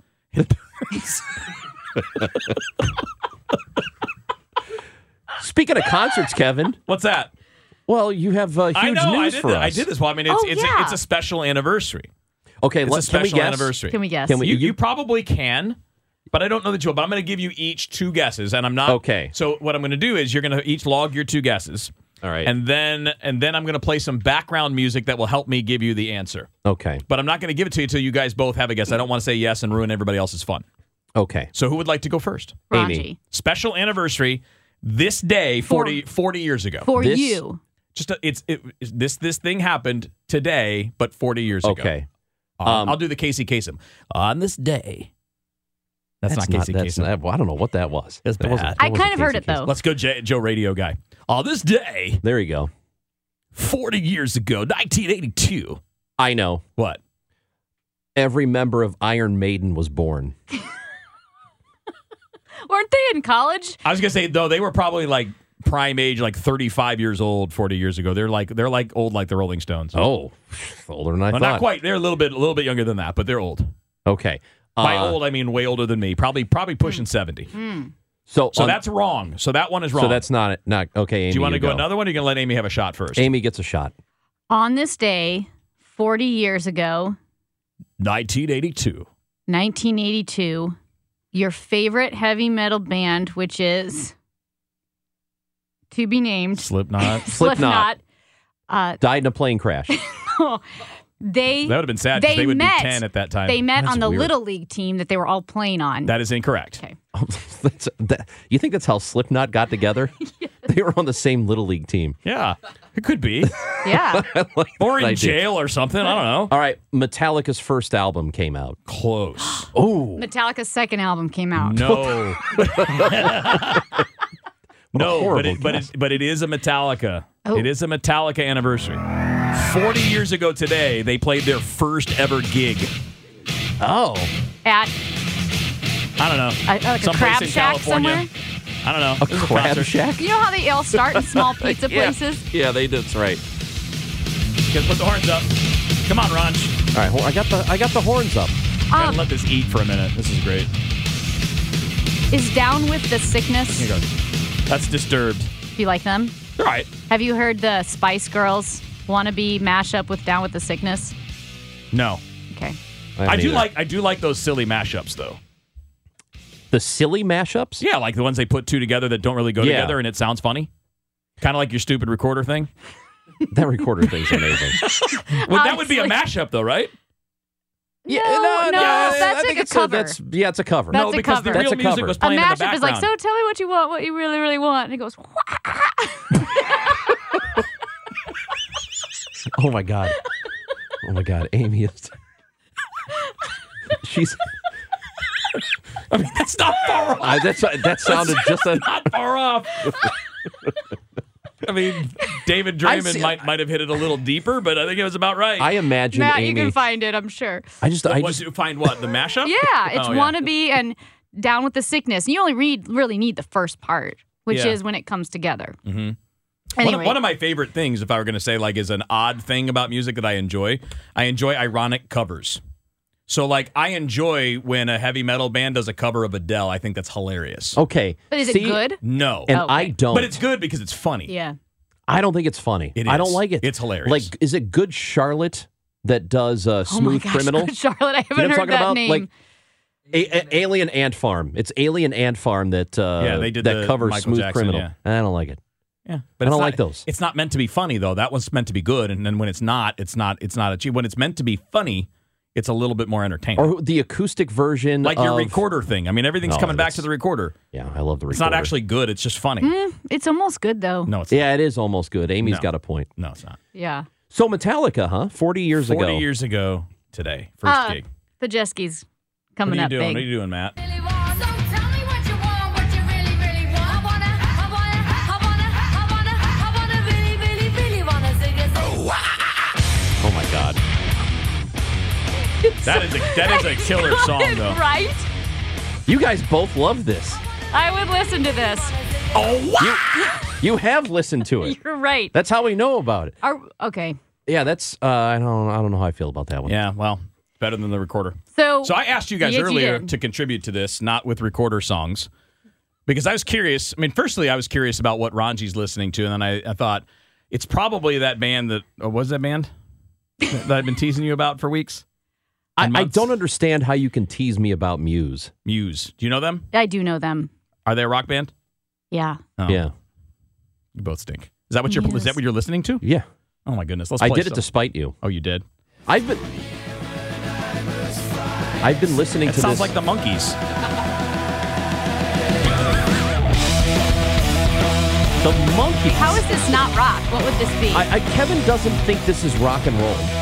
[SPEAKER 7] Speaking of concerts, Kevin,
[SPEAKER 2] what's that?
[SPEAKER 7] Well, you have uh, huge
[SPEAKER 2] I know. I
[SPEAKER 7] news
[SPEAKER 2] did,
[SPEAKER 7] for
[SPEAKER 2] that.
[SPEAKER 7] us.
[SPEAKER 2] I did this. Well, I mean, it's,
[SPEAKER 7] Oh,
[SPEAKER 2] it's,
[SPEAKER 7] yeah.
[SPEAKER 2] a, it's a special anniversary.
[SPEAKER 7] Okay,
[SPEAKER 2] it's
[SPEAKER 7] let-
[SPEAKER 2] a
[SPEAKER 7] can we
[SPEAKER 2] special
[SPEAKER 7] guess?
[SPEAKER 2] anniversary.
[SPEAKER 7] Can we guess? Can we-
[SPEAKER 2] you,
[SPEAKER 7] you-
[SPEAKER 2] you probably can, but I don't know that you will. But I'm going to give you each two guesses, and I'm not
[SPEAKER 7] Okay.
[SPEAKER 2] So what I'm going to do is you're going to each log your two guesses.
[SPEAKER 7] All right,
[SPEAKER 2] and then and then I'm going to play some background music that will help me give you the answer.
[SPEAKER 7] Okay.
[SPEAKER 2] But I'm not going to give it to you until you guys both have a guess. I don't want to say yes and ruin everybody else's fun.
[SPEAKER 7] Okay.
[SPEAKER 2] So who would like to go first?
[SPEAKER 7] Amy. Raji.
[SPEAKER 2] Special anniversary this day 40, 40 years ago.
[SPEAKER 7] For This- you.
[SPEAKER 2] Just a, it's it, it's- this this thing happened today but 40 years ago.
[SPEAKER 7] Okay.
[SPEAKER 2] Um,
[SPEAKER 7] Um,
[SPEAKER 2] I'll do the Casey Kasem. On this day. That's, not Casey
[SPEAKER 7] that's
[SPEAKER 2] Kasem.
[SPEAKER 7] not- well, I don't know what that was. That wasn't- that
[SPEAKER 6] I
[SPEAKER 7] wasn't
[SPEAKER 6] kind of heard
[SPEAKER 7] Casey
[SPEAKER 6] it though.
[SPEAKER 2] Let's go J- Joe Radio guy. On this day.
[SPEAKER 7] There you go.
[SPEAKER 2] 40 years ago, 1982.
[SPEAKER 7] I know.
[SPEAKER 2] What?
[SPEAKER 7] Every member of Iron Maiden was born.
[SPEAKER 6] Weren't they in college?
[SPEAKER 2] I was gonna say though they were probably like prime age, like thirty five years old, forty years ago. They're like they're like old like the Rolling Stones.
[SPEAKER 7] Oh, older than I
[SPEAKER 2] Well,
[SPEAKER 7] thought.
[SPEAKER 2] not quite. They're a little bit a little bit younger than that, but they're old.
[SPEAKER 7] Okay.
[SPEAKER 2] By
[SPEAKER 7] Uh,
[SPEAKER 2] old, I mean way older than me. Probably probably pushing seventy.
[SPEAKER 7] So,
[SPEAKER 2] So
[SPEAKER 7] on-
[SPEAKER 2] that's wrong. So that one is wrong.
[SPEAKER 7] So that's not not okay. Amy,
[SPEAKER 2] Do you want to go,
[SPEAKER 7] go
[SPEAKER 2] another one? Or are you gonna let Amy have a shot first?
[SPEAKER 7] Amy gets a shot.
[SPEAKER 6] On this day, 40 years ago,
[SPEAKER 2] Nineteen eighty two.
[SPEAKER 6] 1982, your favorite heavy metal band, which is to be named
[SPEAKER 2] Slipknot.
[SPEAKER 6] Slipknot, uh,
[SPEAKER 7] Died in a plane crash.
[SPEAKER 6] they
[SPEAKER 2] That would have been sad 'cause they would be
[SPEAKER 6] met,
[SPEAKER 2] 10 at that time.
[SPEAKER 6] They met
[SPEAKER 2] That's
[SPEAKER 6] on the
[SPEAKER 2] weird.
[SPEAKER 6] little league team that they were all playing on.
[SPEAKER 2] That is incorrect.
[SPEAKER 6] Okay.
[SPEAKER 7] that's, that, you think that's how Slipknot got together? They were on the same little league team.
[SPEAKER 2] Yeah, it could be.
[SPEAKER 6] yeah.
[SPEAKER 2] or in
[SPEAKER 7] idea.
[SPEAKER 2] jail or something. I don't know.
[SPEAKER 7] All right, Metallica's first album came out.
[SPEAKER 2] Close.
[SPEAKER 7] Oh
[SPEAKER 6] Metallica's second album came out.
[SPEAKER 2] No. no, but
[SPEAKER 7] horrible
[SPEAKER 2] it, but
[SPEAKER 7] guess.
[SPEAKER 2] it, but it is a Metallica.
[SPEAKER 6] Oh.
[SPEAKER 2] It is a Metallica anniversary. 40 years ago today, they played their first ever gig.
[SPEAKER 7] oh,
[SPEAKER 6] At
[SPEAKER 2] I don't know.
[SPEAKER 6] a, like a
[SPEAKER 2] Someplace
[SPEAKER 6] crab
[SPEAKER 2] in
[SPEAKER 6] shack
[SPEAKER 2] California.
[SPEAKER 6] somewhere.
[SPEAKER 2] I don't know.
[SPEAKER 7] a
[SPEAKER 2] It was
[SPEAKER 7] crab
[SPEAKER 2] concert.
[SPEAKER 7] shack.
[SPEAKER 6] You know how they all start in small pizza
[SPEAKER 7] Yeah.
[SPEAKER 6] places?
[SPEAKER 7] Yeah, they did. That's right.
[SPEAKER 2] Okay, Put the horns up. Come on, Ronch.
[SPEAKER 7] All right, well, I got the I got the horns up.
[SPEAKER 2] Gotta
[SPEAKER 6] Um,
[SPEAKER 2] let this eat for a minute. This is great.
[SPEAKER 6] is Down with the Sickness.
[SPEAKER 2] Here you go. That's disturbed.
[SPEAKER 6] Do you like them?
[SPEAKER 2] All right.
[SPEAKER 6] Have you heard the Spice Girls wannabe mashup with Down with the Sickness?
[SPEAKER 2] No.
[SPEAKER 6] Okay.
[SPEAKER 7] haven't
[SPEAKER 2] I do
[SPEAKER 7] either.
[SPEAKER 2] like I do like those silly mashups though.
[SPEAKER 7] the silly mashups.
[SPEAKER 2] Yeah, like the ones they put two together that don't really go
[SPEAKER 7] Yeah.
[SPEAKER 2] together and it sounds funny. Kind of like your stupid recorder thing.
[SPEAKER 7] That recorder thing's amazing.
[SPEAKER 2] Well, that would be a
[SPEAKER 6] Honestly.
[SPEAKER 2] mashup though, right?
[SPEAKER 7] yeah,
[SPEAKER 6] No, no, that's
[SPEAKER 7] I
[SPEAKER 6] like
[SPEAKER 7] think
[SPEAKER 6] a
[SPEAKER 7] it's
[SPEAKER 6] cover.
[SPEAKER 7] that's yeah, it's a cover.
[SPEAKER 6] That's
[SPEAKER 2] no,
[SPEAKER 6] a
[SPEAKER 2] because
[SPEAKER 6] cover.
[SPEAKER 2] the
[SPEAKER 7] That's
[SPEAKER 2] real
[SPEAKER 7] a
[SPEAKER 2] music
[SPEAKER 7] cover.
[SPEAKER 2] was
[SPEAKER 6] A
[SPEAKER 2] playing in the
[SPEAKER 6] mashup
[SPEAKER 2] background.
[SPEAKER 6] is like, so tell me what you want, what you really, really want. And it goes,
[SPEAKER 7] Oh my god. Oh my god, Amy is She's
[SPEAKER 2] I mean, that's not far off.
[SPEAKER 7] I, that's that sounded just a
[SPEAKER 2] Not far off. I mean, David
[SPEAKER 7] I
[SPEAKER 2] Draymond
[SPEAKER 7] see-
[SPEAKER 2] might might have hit it a little deeper, but I think it was about right.
[SPEAKER 7] I imagine
[SPEAKER 6] Matt,
[SPEAKER 7] Amy
[SPEAKER 6] you can find it, I'm sure.
[SPEAKER 7] I just I
[SPEAKER 2] What-
[SPEAKER 7] just
[SPEAKER 2] you find what the mashup?
[SPEAKER 6] Yeah, it's
[SPEAKER 2] Oh,
[SPEAKER 6] wannabe and Down with the Sickness. And you only read, really need the first part. which
[SPEAKER 2] Yeah.
[SPEAKER 6] is when it comes together.
[SPEAKER 2] Mm-hmm. One,
[SPEAKER 6] Anyway.
[SPEAKER 2] of, one of my favorite things, if I were going to say, like, is an odd thing about music that I enjoy, I enjoy ironic covers. So, like, I enjoy when a heavy metal band does a cover of Adele. I think that's hilarious.
[SPEAKER 7] Okay.
[SPEAKER 6] But is it See, good?
[SPEAKER 2] No.
[SPEAKER 7] Oh, and Oh, okay. I don't.
[SPEAKER 2] But it's good because it's funny.
[SPEAKER 6] Yeah.
[SPEAKER 7] I don't think it's funny. I don't
[SPEAKER 2] is.
[SPEAKER 7] like it.
[SPEAKER 2] It's hilarious.
[SPEAKER 7] Like, is it Good Charlotte that does uh,
[SPEAKER 6] oh my
[SPEAKER 7] Smooth
[SPEAKER 6] gosh,
[SPEAKER 7] Criminal?
[SPEAKER 6] Charlotte, I
[SPEAKER 7] You
[SPEAKER 6] haven't
[SPEAKER 7] know what I'm
[SPEAKER 6] heard
[SPEAKER 7] talking
[SPEAKER 6] that
[SPEAKER 7] about?
[SPEAKER 6] name.
[SPEAKER 7] Like, A- A- Alien Ant Farm. It's Alien Ant Farm that uh,
[SPEAKER 2] Yeah, they did
[SPEAKER 7] that
[SPEAKER 2] the
[SPEAKER 7] covers
[SPEAKER 2] Michael
[SPEAKER 7] Smooth
[SPEAKER 2] Jackson,
[SPEAKER 7] Criminal.
[SPEAKER 2] yeah.
[SPEAKER 7] I don't like it.
[SPEAKER 2] Yeah,
[SPEAKER 7] I
[SPEAKER 2] it's
[SPEAKER 7] don't
[SPEAKER 2] not-
[SPEAKER 7] like those.
[SPEAKER 2] It's not meant to be funny though. That one's meant to be good, and then when it's not, it's not. It's not achieved. When it's meant to be funny, it's a little bit more entertaining.
[SPEAKER 7] Or the acoustic version,
[SPEAKER 2] like your
[SPEAKER 7] of-
[SPEAKER 2] recorder thing. I mean, everything's
[SPEAKER 7] No,
[SPEAKER 2] coming back
[SPEAKER 7] that's-
[SPEAKER 2] to the recorder.
[SPEAKER 7] Yeah, I love the recorder.
[SPEAKER 2] It's not actually good. It's just funny.
[SPEAKER 6] Mm, it's almost good though.
[SPEAKER 2] No, it's
[SPEAKER 7] yeah, it is almost good. Amy's
[SPEAKER 2] No.
[SPEAKER 7] got a point.
[SPEAKER 2] No, it's not.
[SPEAKER 6] Yeah.
[SPEAKER 7] So Metallica, huh? Forty years ago.
[SPEAKER 2] Forty years ago today, first
[SPEAKER 6] Uh,
[SPEAKER 2] gig.
[SPEAKER 6] The jet skis
[SPEAKER 2] what are
[SPEAKER 6] coming
[SPEAKER 2] you
[SPEAKER 6] up
[SPEAKER 2] doing?
[SPEAKER 6] big.
[SPEAKER 2] What are you doing, Matt? Oh,
[SPEAKER 7] Oh my God.
[SPEAKER 2] That is a that is a killer song though.
[SPEAKER 6] right?
[SPEAKER 7] You guys both love this.
[SPEAKER 6] I would listen to this.
[SPEAKER 7] Oh You have listened to it.
[SPEAKER 6] You're right.
[SPEAKER 7] That's how we know about it.
[SPEAKER 6] Are, okay.
[SPEAKER 7] Yeah, that's uh, I don't I don't know how I feel about that one.
[SPEAKER 2] Yeah, well, better than the recorder.
[SPEAKER 6] So
[SPEAKER 2] So I asked you guys
[SPEAKER 6] Yes,
[SPEAKER 2] earlier
[SPEAKER 6] did.
[SPEAKER 2] to contribute to this, not with recorder songs, because I was curious. I mean, firstly, I was curious about what Ranji's listening to, and then I, I thought it's probably that band that oh, was that band that I've been teasing you about for weeks.
[SPEAKER 7] I, I don't understand how you can tease me about Muse.
[SPEAKER 2] Muse. Do you know them?
[SPEAKER 6] I do know them.
[SPEAKER 2] Are they a rock band?
[SPEAKER 6] Yeah.
[SPEAKER 2] Oh.
[SPEAKER 7] Yeah.
[SPEAKER 2] You both stink. Is that what you're? Is
[SPEAKER 6] Yes.
[SPEAKER 2] that what you're listening to?
[SPEAKER 7] Yeah.
[SPEAKER 2] Oh my goodness. Let's.
[SPEAKER 7] I
[SPEAKER 2] play
[SPEAKER 7] did it
[SPEAKER 2] some.
[SPEAKER 7] despite you.
[SPEAKER 2] Oh, you did.
[SPEAKER 7] I've been I've been listening
[SPEAKER 2] It
[SPEAKER 7] to
[SPEAKER 2] sounds
[SPEAKER 7] this.
[SPEAKER 2] like the monkeys.
[SPEAKER 7] the monkeys.
[SPEAKER 6] How is this not rock? What would this be?
[SPEAKER 7] I, I Kevin doesn't think this is rock and roll.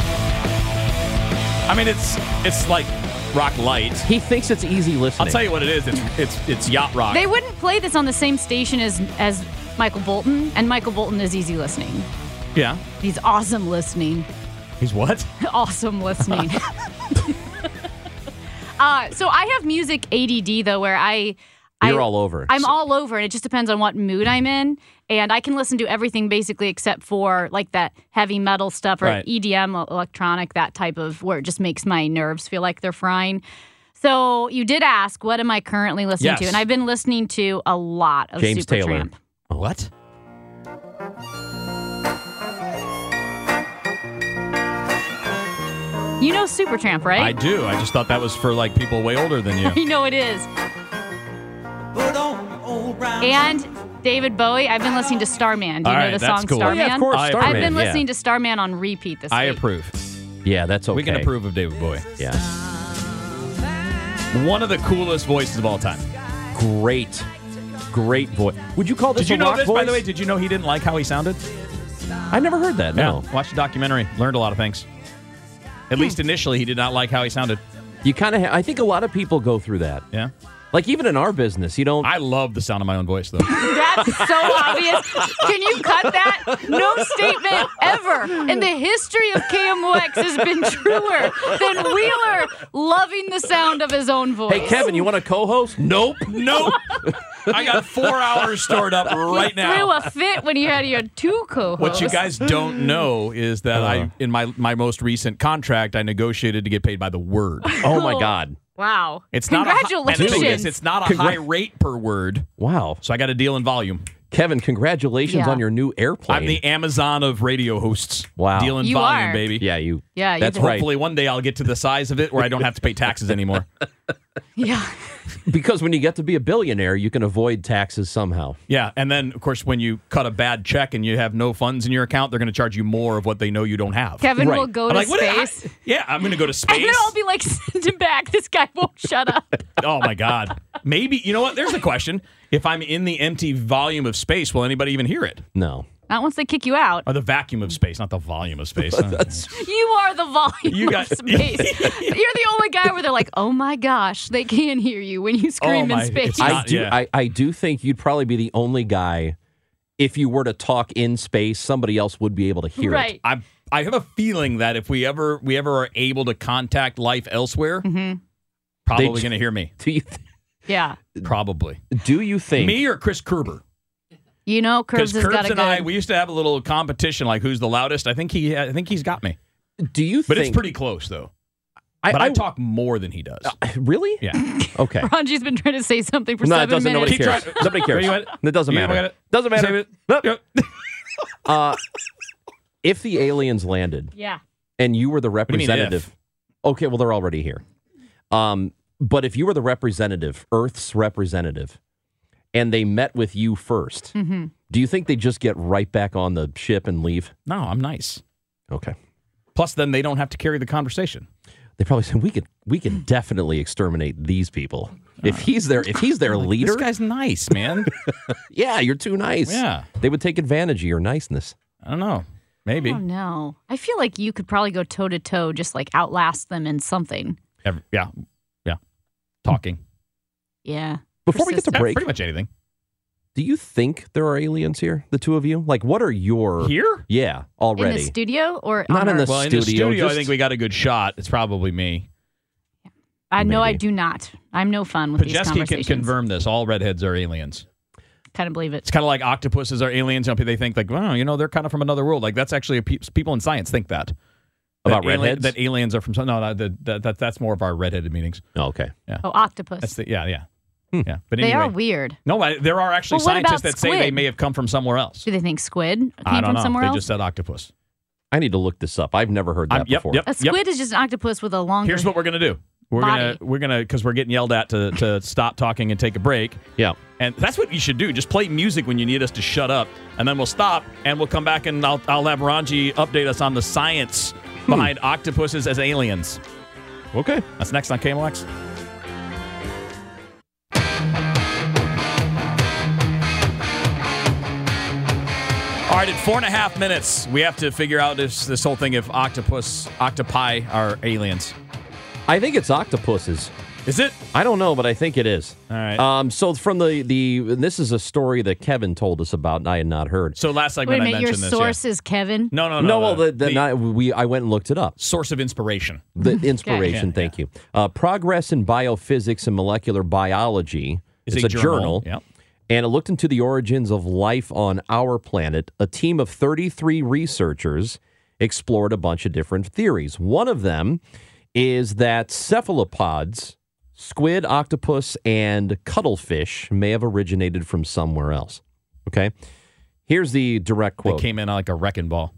[SPEAKER 2] I mean, it's it's like rock light.
[SPEAKER 7] He thinks it's easy listening.
[SPEAKER 2] I'll tell you what it is. It's it's it's yacht rock.
[SPEAKER 6] they wouldn't play this on the same station as as Michael Bolton, and Michael Bolton is easy listening.
[SPEAKER 2] yeah.
[SPEAKER 6] He's awesome listening.
[SPEAKER 2] He's what?
[SPEAKER 6] awesome listening. uh, so I have music ADD though, where I.
[SPEAKER 7] You're
[SPEAKER 6] I-
[SPEAKER 7] all over.
[SPEAKER 6] I'm all over, and it just depends on what mood I'm in. And I can listen to everything basically except for like that heavy metal stuff or
[SPEAKER 2] Right.
[SPEAKER 6] EDM, e- electronic, that type of where it just makes my nerves feel like they're frying. So you did ask, what am I currently listening to?
[SPEAKER 2] Yes.
[SPEAKER 6] And I've been listening to a lot of
[SPEAKER 7] James Taylor. Oh.
[SPEAKER 6] Supertramp.
[SPEAKER 2] What?
[SPEAKER 6] You know Supertramp, right?
[SPEAKER 2] I do. I just thought that was for like people way older than you.
[SPEAKER 6] I know it is. And David Bowie, I've been listening to Starman. Do you
[SPEAKER 2] All
[SPEAKER 6] know
[SPEAKER 2] right,
[SPEAKER 6] the
[SPEAKER 2] that's
[SPEAKER 6] song
[SPEAKER 2] cool. Oh,
[SPEAKER 6] Starman?
[SPEAKER 2] yeah, of course, I-
[SPEAKER 6] I've
[SPEAKER 2] Starman,
[SPEAKER 6] been
[SPEAKER 7] yeah.
[SPEAKER 6] listening to Starman on repeat this
[SPEAKER 2] I
[SPEAKER 6] week.
[SPEAKER 2] approve.
[SPEAKER 7] Yeah, that's okay.
[SPEAKER 2] We can approve of David Bowie.
[SPEAKER 7] Yeah.
[SPEAKER 2] One of the coolest voices of all time.
[SPEAKER 7] Great. Great voice. Would you call this
[SPEAKER 2] Did you
[SPEAKER 7] a
[SPEAKER 2] know
[SPEAKER 7] rock
[SPEAKER 2] this?
[SPEAKER 7] voice?
[SPEAKER 2] By the way, did you know he didn't like how he sounded?
[SPEAKER 7] I never heard that. No.
[SPEAKER 2] Watched the documentary. Learned a lot of things. At least
[SPEAKER 7] Hmm.
[SPEAKER 2] initially, he did not like how he sounded.
[SPEAKER 7] You kind of ha- I think a lot of people go through that.
[SPEAKER 2] Yeah.
[SPEAKER 7] Like even in our business, you don't
[SPEAKER 2] I love the sound of my own voice, though.
[SPEAKER 6] That's so obvious. Can you cut that? No statement ever in the history of KMOX has been truer than Wheeler loving the sound of his own voice.
[SPEAKER 7] Hey Kevin, you want a co-host? Nope.
[SPEAKER 2] nope. I got four hours stored up right
[SPEAKER 6] Threw
[SPEAKER 2] now.
[SPEAKER 6] a fit when you had your two co-hosts.
[SPEAKER 2] What you guys don't know is that
[SPEAKER 7] Uh.
[SPEAKER 2] I, in my my most recent contract, I negotiated to get paid by the word.
[SPEAKER 7] Oh my god.
[SPEAKER 6] Wow.
[SPEAKER 2] It's not a hi- and the thing is,
[SPEAKER 6] Congratulations.
[SPEAKER 2] it's not a
[SPEAKER 7] Congra-
[SPEAKER 2] high rate per word,
[SPEAKER 7] Wow.
[SPEAKER 2] so I got a deal in volume.
[SPEAKER 7] Kevin, congratulations
[SPEAKER 6] Yeah.
[SPEAKER 7] on your new airplane.
[SPEAKER 2] I'm the Amazon of radio hosts.
[SPEAKER 7] Wow.
[SPEAKER 2] Deal in
[SPEAKER 6] You
[SPEAKER 2] volume,
[SPEAKER 6] are.
[SPEAKER 2] baby.
[SPEAKER 7] yeah, you.
[SPEAKER 6] Yeah, you
[SPEAKER 7] that's
[SPEAKER 6] did.
[SPEAKER 7] right.
[SPEAKER 2] Hopefully, one day I'll get to the size of it where I don't have to pay taxes anymore.
[SPEAKER 6] yeah.
[SPEAKER 7] Because when you get to be a billionaire, you can avoid taxes somehow.
[SPEAKER 2] yeah. And then, of course, when you cut a bad check and you have no funds in your account, they're going to charge you more of what they know you don't have.
[SPEAKER 6] Kevin
[SPEAKER 7] Right.
[SPEAKER 6] will go
[SPEAKER 2] I'm
[SPEAKER 6] to
[SPEAKER 2] like, what did I-
[SPEAKER 6] space.
[SPEAKER 2] yeah, I'm going to go to
[SPEAKER 6] And
[SPEAKER 2] space.
[SPEAKER 6] then I'll be like, send him back. This guy won't shut up.
[SPEAKER 2] oh, my God. Maybe, you know what? There's a question. If I'm in the empty volume of space, will anybody even hear it?
[SPEAKER 7] No.
[SPEAKER 6] Not once they kick you out.
[SPEAKER 2] Or the vacuum of space, not the volume of space.
[SPEAKER 6] You are the volume
[SPEAKER 2] You got-
[SPEAKER 6] of space. You're the only guy where they're like, oh my gosh, they can hear you when you scream
[SPEAKER 2] Oh my-
[SPEAKER 6] in space.
[SPEAKER 2] it's not-
[SPEAKER 7] I do
[SPEAKER 2] yeah.
[SPEAKER 7] I, I do think you'd probably be the only guy if you were to talk in space, somebody else would be able to hear
[SPEAKER 6] right.
[SPEAKER 7] it.
[SPEAKER 2] I'm I have a feeling that if we ever we ever are able to contact life elsewhere,
[SPEAKER 6] Mm-hmm.
[SPEAKER 2] probably
[SPEAKER 7] They-
[SPEAKER 2] going to hear me.
[SPEAKER 7] Do you th-
[SPEAKER 6] Yeah.
[SPEAKER 2] Probably
[SPEAKER 7] do you think
[SPEAKER 2] me or Chris Kerber.
[SPEAKER 6] You know, Curbs
[SPEAKER 2] Because
[SPEAKER 6] has got
[SPEAKER 2] Curbs
[SPEAKER 6] a good.
[SPEAKER 2] and I, we used to have a little competition, like who's the loudest. I think he, I think he's got me.
[SPEAKER 7] Do you?
[SPEAKER 2] But it's
[SPEAKER 7] think-
[SPEAKER 2] pretty close though.
[SPEAKER 7] I,
[SPEAKER 2] but I, talk more than he does.
[SPEAKER 7] really?
[SPEAKER 2] Yeah.
[SPEAKER 7] Okay.
[SPEAKER 6] Ronji's been trying to say something for
[SPEAKER 7] no, it
[SPEAKER 6] seven
[SPEAKER 7] doesn't.
[SPEAKER 6] minutes.
[SPEAKER 7] Nobody cares. Nobody cares.
[SPEAKER 2] You got it?
[SPEAKER 7] It doesn't
[SPEAKER 2] You
[SPEAKER 7] matter.
[SPEAKER 2] got it?
[SPEAKER 7] Doesn't
[SPEAKER 2] Save
[SPEAKER 7] matter.
[SPEAKER 2] it.
[SPEAKER 7] Nope. Uh, if the aliens landed
[SPEAKER 6] Yeah.
[SPEAKER 7] and you were
[SPEAKER 2] do
[SPEAKER 7] the
[SPEAKER 2] you mean, if?
[SPEAKER 7] representative, okay, well they're already here. Um, but if you were the representative, Earth's representative, and they met with you 1st
[SPEAKER 6] Mhm.
[SPEAKER 7] do you think they just get right back on the ship and leave?
[SPEAKER 2] No, I'm nice.
[SPEAKER 7] Okay.
[SPEAKER 2] Plus, then they don't have to carry the conversation.
[SPEAKER 7] They probably said we could we can definitely exterminate these people if he's their if he's their leader.
[SPEAKER 2] Uh, This guy's nice, man.
[SPEAKER 7] yeah, you're too nice.
[SPEAKER 2] Yeah.
[SPEAKER 7] they would take advantage of your niceness.
[SPEAKER 2] I don't know.
[SPEAKER 6] I
[SPEAKER 2] Maybe.
[SPEAKER 6] don't know. I feel like you could probably go toe to toe, just like outlast them in something.
[SPEAKER 2] Every- yeah. Yeah. Talking.
[SPEAKER 6] Yeah.
[SPEAKER 7] Before we get to
[SPEAKER 6] Persistent.
[SPEAKER 7] break,
[SPEAKER 2] Pretty much anything.
[SPEAKER 7] do you think there are aliens here? The two of you? Like, what are your
[SPEAKER 2] Here?
[SPEAKER 7] Yeah,
[SPEAKER 6] in the
[SPEAKER 7] already.
[SPEAKER 6] studio or
[SPEAKER 7] Not
[SPEAKER 6] on
[SPEAKER 7] in the
[SPEAKER 6] Earth?
[SPEAKER 2] Well, in the
[SPEAKER 7] Studio,
[SPEAKER 2] studio, I
[SPEAKER 7] just-
[SPEAKER 2] think we got a good shot. It's probably me.
[SPEAKER 6] I know I
[SPEAKER 2] maybe.
[SPEAKER 6] do not. I'm no fun with these
[SPEAKER 2] Pajeski can
[SPEAKER 6] conversations.
[SPEAKER 2] confirm this. All redheads are aliens.
[SPEAKER 6] kind of believe it.
[SPEAKER 2] It's kind of like octopuses are aliens. You know, they think like, well, you know, they're kind of from another world. Like that's actually a pe- people in science think that
[SPEAKER 7] About
[SPEAKER 2] that alien-
[SPEAKER 7] redheads?
[SPEAKER 2] that aliens are from. some- No, no that, that, that that's more of our redheaded meetings.
[SPEAKER 7] Oh, okay.
[SPEAKER 2] Yeah,
[SPEAKER 6] Oh, octopus.
[SPEAKER 2] that's the yeah yeah
[SPEAKER 7] Hmm.
[SPEAKER 2] yeah. But
[SPEAKER 6] they
[SPEAKER 2] anyway,
[SPEAKER 6] are weird.
[SPEAKER 2] no, I- there are actually
[SPEAKER 6] Well, what about
[SPEAKER 2] scientists that say they
[SPEAKER 6] squid?
[SPEAKER 2] may have come from somewhere else.
[SPEAKER 6] Do they think squid came
[SPEAKER 2] I don't
[SPEAKER 6] from
[SPEAKER 2] know.
[SPEAKER 6] somewhere
[SPEAKER 2] they
[SPEAKER 6] else?
[SPEAKER 2] just said octopus.
[SPEAKER 7] I need to look this up. I've never heard that
[SPEAKER 2] I'm- yep,
[SPEAKER 7] before.
[SPEAKER 2] yep.
[SPEAKER 6] a squid is just an octopus with a long.
[SPEAKER 2] Here's what we're gonna do. We're
[SPEAKER 6] Body.
[SPEAKER 2] gonna we're gonna because we're getting yelled at to to stop talking and take a break.
[SPEAKER 7] Yeah.
[SPEAKER 2] And that's what you should do. Just play music when you need us to shut up, and then we'll stop and we'll come back and I'll I'll have Ranji update us on the science behind octopuses as aliens.
[SPEAKER 7] Hmm. Okay.
[SPEAKER 2] That's next on KMLX. All right, at four and a half minutes, we have to figure out this this whole thing if octopus octopi are aliens.
[SPEAKER 7] I think it's octopuses.
[SPEAKER 2] Is it?
[SPEAKER 7] I don't know, but I think it is.
[SPEAKER 2] All right.
[SPEAKER 7] Um, so from the the this is a story that Kevin told us about, and I had not heard.
[SPEAKER 2] So last
[SPEAKER 6] Wait
[SPEAKER 2] segment
[SPEAKER 6] a
[SPEAKER 2] I
[SPEAKER 6] minute, your
[SPEAKER 2] mentioned this. yeah.
[SPEAKER 6] source is Kevin.
[SPEAKER 2] No, no,
[SPEAKER 7] no,
[SPEAKER 2] no.
[SPEAKER 7] well,
[SPEAKER 2] the,
[SPEAKER 7] the, the, not- we I went and looked it up.
[SPEAKER 2] source of inspiration.
[SPEAKER 7] The inspiration,
[SPEAKER 2] Yeah,
[SPEAKER 7] thank you. Uh, Progress in Biophysics and Molecular Biology
[SPEAKER 2] Is
[SPEAKER 7] it's
[SPEAKER 2] a
[SPEAKER 7] a
[SPEAKER 2] journal.
[SPEAKER 7] journal.
[SPEAKER 2] Yep.
[SPEAKER 7] And it looked into the origins of life on our planet. A team of 33 researchers explored a bunch of different theories. One of them is that cephalopods, squid, octopus, and cuttlefish may have originated from somewhere else. Okay. Here's the direct
[SPEAKER 2] They
[SPEAKER 7] quote.
[SPEAKER 2] came in like a wrecking ball.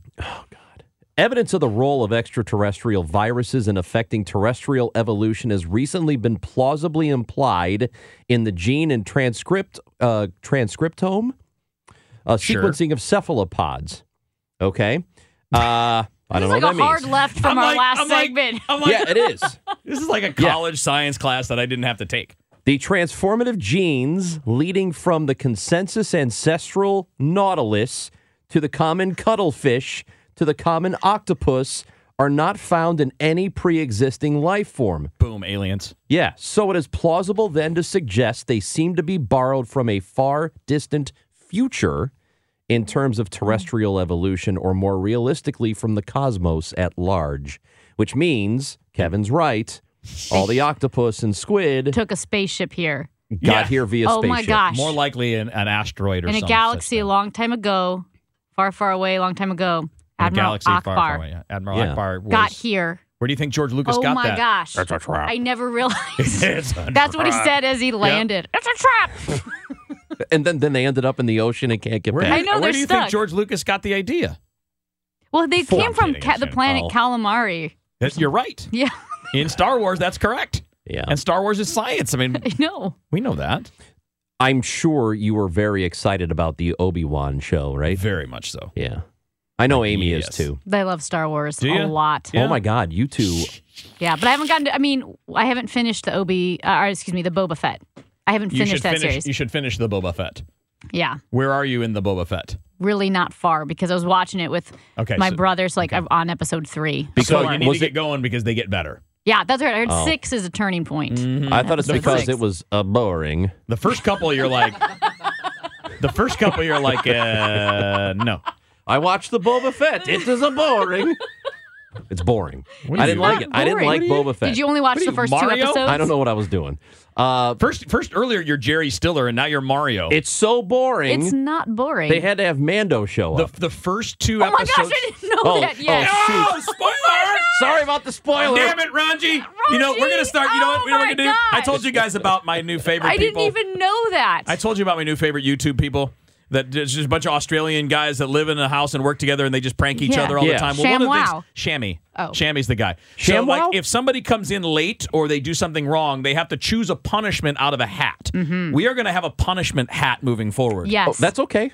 [SPEAKER 7] Evidence of the role of extraterrestrial viruses in affecting terrestrial evolution has recently been plausibly implied in the gene and transcript uh, transcriptome uh,
[SPEAKER 2] Sure.
[SPEAKER 7] sequencing of cephalopods. Okay, uh, I don't know
[SPEAKER 6] This is like
[SPEAKER 7] what
[SPEAKER 6] a
[SPEAKER 7] that
[SPEAKER 6] hard
[SPEAKER 7] means.
[SPEAKER 6] left from
[SPEAKER 2] I'm
[SPEAKER 6] our
[SPEAKER 2] like-
[SPEAKER 6] last
[SPEAKER 2] I'm like-
[SPEAKER 6] segment.
[SPEAKER 2] I'm like,
[SPEAKER 7] yeah, it is.
[SPEAKER 2] this is like a
[SPEAKER 7] Yeah.
[SPEAKER 2] college science class that I didn't have to take.
[SPEAKER 7] The transformative genes leading from the consensus ancestral nautilus to the common cuttlefish to the common octopus are not found in any pre existing life form.
[SPEAKER 2] Boom, aliens.
[SPEAKER 7] Yeah, so it is plausible then to suggest they seem to be borrowed from a far distant future in terms of terrestrial evolution, or more realistically, from the cosmos at large, which means Kevin's right. All the octopus and squid
[SPEAKER 6] Took a spaceship here
[SPEAKER 7] got
[SPEAKER 2] Yeah.
[SPEAKER 7] here via
[SPEAKER 6] Oh
[SPEAKER 7] spaceship.
[SPEAKER 6] my gosh.
[SPEAKER 2] More likely an, an asteroid or
[SPEAKER 6] in a
[SPEAKER 2] some
[SPEAKER 6] galaxy
[SPEAKER 2] such
[SPEAKER 6] a long time ago, far, far away, a long time ago.
[SPEAKER 2] thing. In a
[SPEAKER 6] Admiral
[SPEAKER 2] galaxy far,
[SPEAKER 6] Akbar
[SPEAKER 2] far away, yeah. Admiral
[SPEAKER 7] Yeah.
[SPEAKER 2] Akbar was,
[SPEAKER 6] got here.
[SPEAKER 2] Where do you think George Lucas
[SPEAKER 6] oh
[SPEAKER 2] got
[SPEAKER 6] my
[SPEAKER 2] that?
[SPEAKER 6] gosh!
[SPEAKER 7] trap.
[SPEAKER 6] I never realized.
[SPEAKER 2] It's a
[SPEAKER 6] That's what he
[SPEAKER 2] trap.
[SPEAKER 6] said as he landed. It's a trap.
[SPEAKER 7] And then, then they ended up in the ocean and can't get
[SPEAKER 2] Where,
[SPEAKER 6] I
[SPEAKER 7] back.
[SPEAKER 6] know
[SPEAKER 2] where
[SPEAKER 6] they're
[SPEAKER 2] do you think
[SPEAKER 6] stuck.
[SPEAKER 2] George Lucas got the idea?
[SPEAKER 6] Well, they
[SPEAKER 2] Four.
[SPEAKER 6] came from
[SPEAKER 2] Kidding,
[SPEAKER 6] ca-
[SPEAKER 2] I'm
[SPEAKER 6] the
[SPEAKER 2] kidding.
[SPEAKER 6] planet
[SPEAKER 7] Oh.
[SPEAKER 6] Calamari.
[SPEAKER 2] That's- you're right.
[SPEAKER 6] Yeah,
[SPEAKER 2] In Star Wars, that's correct.
[SPEAKER 7] Yeah.
[SPEAKER 2] And Star Wars is science. I mean,
[SPEAKER 6] I know.
[SPEAKER 2] we know that.
[SPEAKER 7] I'm sure you were very excited about the Obi Wan show, right?
[SPEAKER 2] Very much so.
[SPEAKER 7] Yeah. I know Amy
[SPEAKER 2] Yes.
[SPEAKER 7] is too.
[SPEAKER 6] They love Star Wars
[SPEAKER 2] Do ya?
[SPEAKER 6] a lot.
[SPEAKER 2] Yeah.
[SPEAKER 7] Oh my God, you two.
[SPEAKER 6] Yeah, but I haven't gotten. To, I mean, I haven't finished the Obi. Uh, or excuse me, the Boba Fett. I haven't
[SPEAKER 2] You
[SPEAKER 6] finished
[SPEAKER 2] should
[SPEAKER 6] that
[SPEAKER 2] finish.
[SPEAKER 6] series.
[SPEAKER 2] You should finish the Boba Fett.
[SPEAKER 6] yeah,
[SPEAKER 2] Where are you in the Boba Fett?
[SPEAKER 6] really not far because I was watching it with
[SPEAKER 2] Okay,
[SPEAKER 6] my
[SPEAKER 2] so-
[SPEAKER 6] brother. So like I'm on episode three.
[SPEAKER 2] So
[SPEAKER 7] Because
[SPEAKER 2] you need
[SPEAKER 7] was
[SPEAKER 2] to get
[SPEAKER 7] it-
[SPEAKER 2] going because they get better.
[SPEAKER 6] Yeah, that's right. I heard
[SPEAKER 7] Oh. Mm-hmm.
[SPEAKER 6] six is a turning point.
[SPEAKER 7] I thought it's
[SPEAKER 6] Episode
[SPEAKER 7] because
[SPEAKER 6] six.
[SPEAKER 7] it was uh, boring.
[SPEAKER 2] The first couple, you're like, the first couple, you're like, uh, no.
[SPEAKER 7] I watched the Boba Fett. It is a boring. It's boring.
[SPEAKER 6] What
[SPEAKER 7] I
[SPEAKER 6] is
[SPEAKER 7] didn't
[SPEAKER 6] it?
[SPEAKER 7] like it.
[SPEAKER 6] Not
[SPEAKER 7] I didn't
[SPEAKER 6] boring.
[SPEAKER 7] like
[SPEAKER 6] What do you-
[SPEAKER 7] Boba Fett.
[SPEAKER 6] Did you only watch What do the you, first two Mario? episodes?
[SPEAKER 7] I don't know what I was doing. Uh,
[SPEAKER 2] first, first earlier, you're Jerry Stiller, and now you're Mario.
[SPEAKER 7] It's so boring.
[SPEAKER 6] It's not boring.
[SPEAKER 7] They had to have Mando show
[SPEAKER 2] the,
[SPEAKER 7] up.
[SPEAKER 2] the first two
[SPEAKER 6] Oh my gosh,
[SPEAKER 2] episodes.
[SPEAKER 6] I didn't know
[SPEAKER 7] Oh,
[SPEAKER 6] that yet.
[SPEAKER 7] oh, shoot.
[SPEAKER 2] Oh, spoiler!
[SPEAKER 7] Sorry about the spoiler.
[SPEAKER 2] Damn it, Ranji! You know we're gonna start. You know what? You know what we're gonna Oh do? I told you guys about my new favorite.
[SPEAKER 6] I didn't
[SPEAKER 2] people.
[SPEAKER 6] even know that.
[SPEAKER 2] I told you about my new favorite YouTube people. That there's just a bunch of Australian guys that live in a house and work together, and they just prank each
[SPEAKER 6] Yeah.
[SPEAKER 2] other all
[SPEAKER 7] Yeah.
[SPEAKER 2] the time. one of the
[SPEAKER 6] ShamWow.
[SPEAKER 2] things, Shammy.
[SPEAKER 6] Oh.
[SPEAKER 2] Shammy's the guy. So,
[SPEAKER 7] ShamWow?
[SPEAKER 2] like, if somebody comes in late or they do something wrong, they have to choose a punishment out of a hat.
[SPEAKER 6] Mm-hmm.
[SPEAKER 2] We are going to have a punishment hat moving forward.
[SPEAKER 6] Yes.
[SPEAKER 7] Oh, that's okay.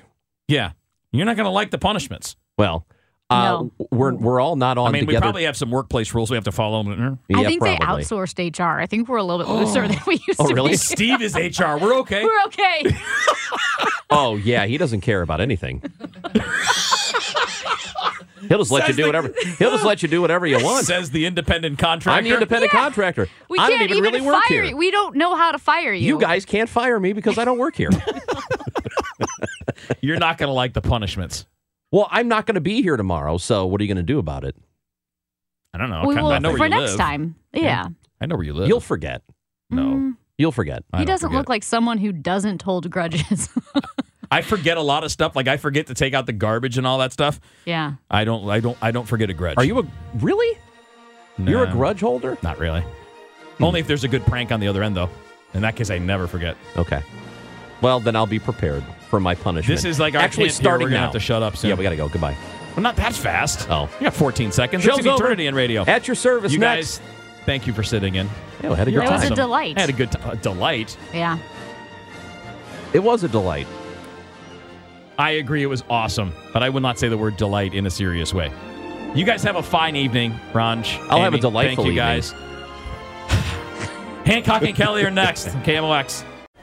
[SPEAKER 2] Yeah. You're not going to like the punishments.
[SPEAKER 7] Well, uh, we're we're all not on
[SPEAKER 2] I mean, we
[SPEAKER 7] together.
[SPEAKER 2] probably have some workplace rules we have to follow.
[SPEAKER 6] I
[SPEAKER 7] Yeah,
[SPEAKER 6] think they
[SPEAKER 7] probably.
[SPEAKER 6] outsourced HR. I think we're a little bit looser than we used
[SPEAKER 7] Oh,
[SPEAKER 6] to
[SPEAKER 7] really?
[SPEAKER 6] be.
[SPEAKER 2] Steve is HR. We're okay.
[SPEAKER 6] We're okay.
[SPEAKER 7] Oh yeah, he doesn't care about anything. He'll just let you
[SPEAKER 2] Says
[SPEAKER 7] do
[SPEAKER 2] the-
[SPEAKER 7] whatever. He'll just let you do whatever you want.
[SPEAKER 2] Says the independent contractor.
[SPEAKER 7] I'm the independent contractor.
[SPEAKER 6] We
[SPEAKER 7] I
[SPEAKER 6] can't
[SPEAKER 7] don't even, really work
[SPEAKER 6] fire
[SPEAKER 7] here.
[SPEAKER 6] you. We don't know how to fire you.
[SPEAKER 7] You guys can't fire me because I don't work here.
[SPEAKER 2] You're not going to like the punishments.
[SPEAKER 7] well, I'm not going to be here tomorrow, so what are you going to do about it?
[SPEAKER 2] I don't know.
[SPEAKER 6] We
[SPEAKER 2] Okay,
[SPEAKER 6] will
[SPEAKER 2] I know where
[SPEAKER 6] for
[SPEAKER 2] you
[SPEAKER 6] next
[SPEAKER 2] live.
[SPEAKER 6] time. Yeah.
[SPEAKER 2] I know where you live.
[SPEAKER 7] You'll forget. Mm.
[SPEAKER 2] no.
[SPEAKER 7] You'll forget.
[SPEAKER 2] I
[SPEAKER 6] he
[SPEAKER 2] don't
[SPEAKER 6] doesn't
[SPEAKER 2] forget.
[SPEAKER 6] look like someone who doesn't hold grudges.
[SPEAKER 2] I forget a lot of stuff. Like I forget to take out the garbage and all that stuff.
[SPEAKER 6] yeah.
[SPEAKER 2] I don't. I don't. I don't forget a grudge.
[SPEAKER 7] Are you a really? You're a
[SPEAKER 2] No.
[SPEAKER 7] grudge holder?
[SPEAKER 2] Not really. Only if there's a good prank on the other end, though. In that case, I never forget.
[SPEAKER 7] Okay. Well, then I'll be prepared for my punishment.
[SPEAKER 2] This is like our
[SPEAKER 7] actually
[SPEAKER 2] camp here.
[SPEAKER 7] starting
[SPEAKER 2] We're gonna
[SPEAKER 7] now.
[SPEAKER 2] have to shut up soon.
[SPEAKER 7] Yeah, we got to go. Goodbye.
[SPEAKER 2] Well, not that fast.
[SPEAKER 7] Oh,
[SPEAKER 2] You got 14 seconds.
[SPEAKER 7] Show's
[SPEAKER 2] it's an
[SPEAKER 7] over.
[SPEAKER 2] eternity in radio.
[SPEAKER 7] At your service.
[SPEAKER 2] you
[SPEAKER 7] next.
[SPEAKER 2] guys, thank you for sitting in.
[SPEAKER 7] Yeah, we had a good
[SPEAKER 2] You're
[SPEAKER 7] time.
[SPEAKER 6] It was a
[SPEAKER 2] awesome.
[SPEAKER 6] delight.
[SPEAKER 2] I had a good t- a delight.
[SPEAKER 6] Yeah.
[SPEAKER 7] It was a delight.
[SPEAKER 2] I agree. It was awesome, but I would not say the word delight in a serious way. You guys have a fine evening, Ranj.
[SPEAKER 7] I'll have
[SPEAKER 2] Amy,
[SPEAKER 7] a delightful
[SPEAKER 2] Thank you
[SPEAKER 7] evening.
[SPEAKER 2] guys. Hancock and Kelly are next. KMOX.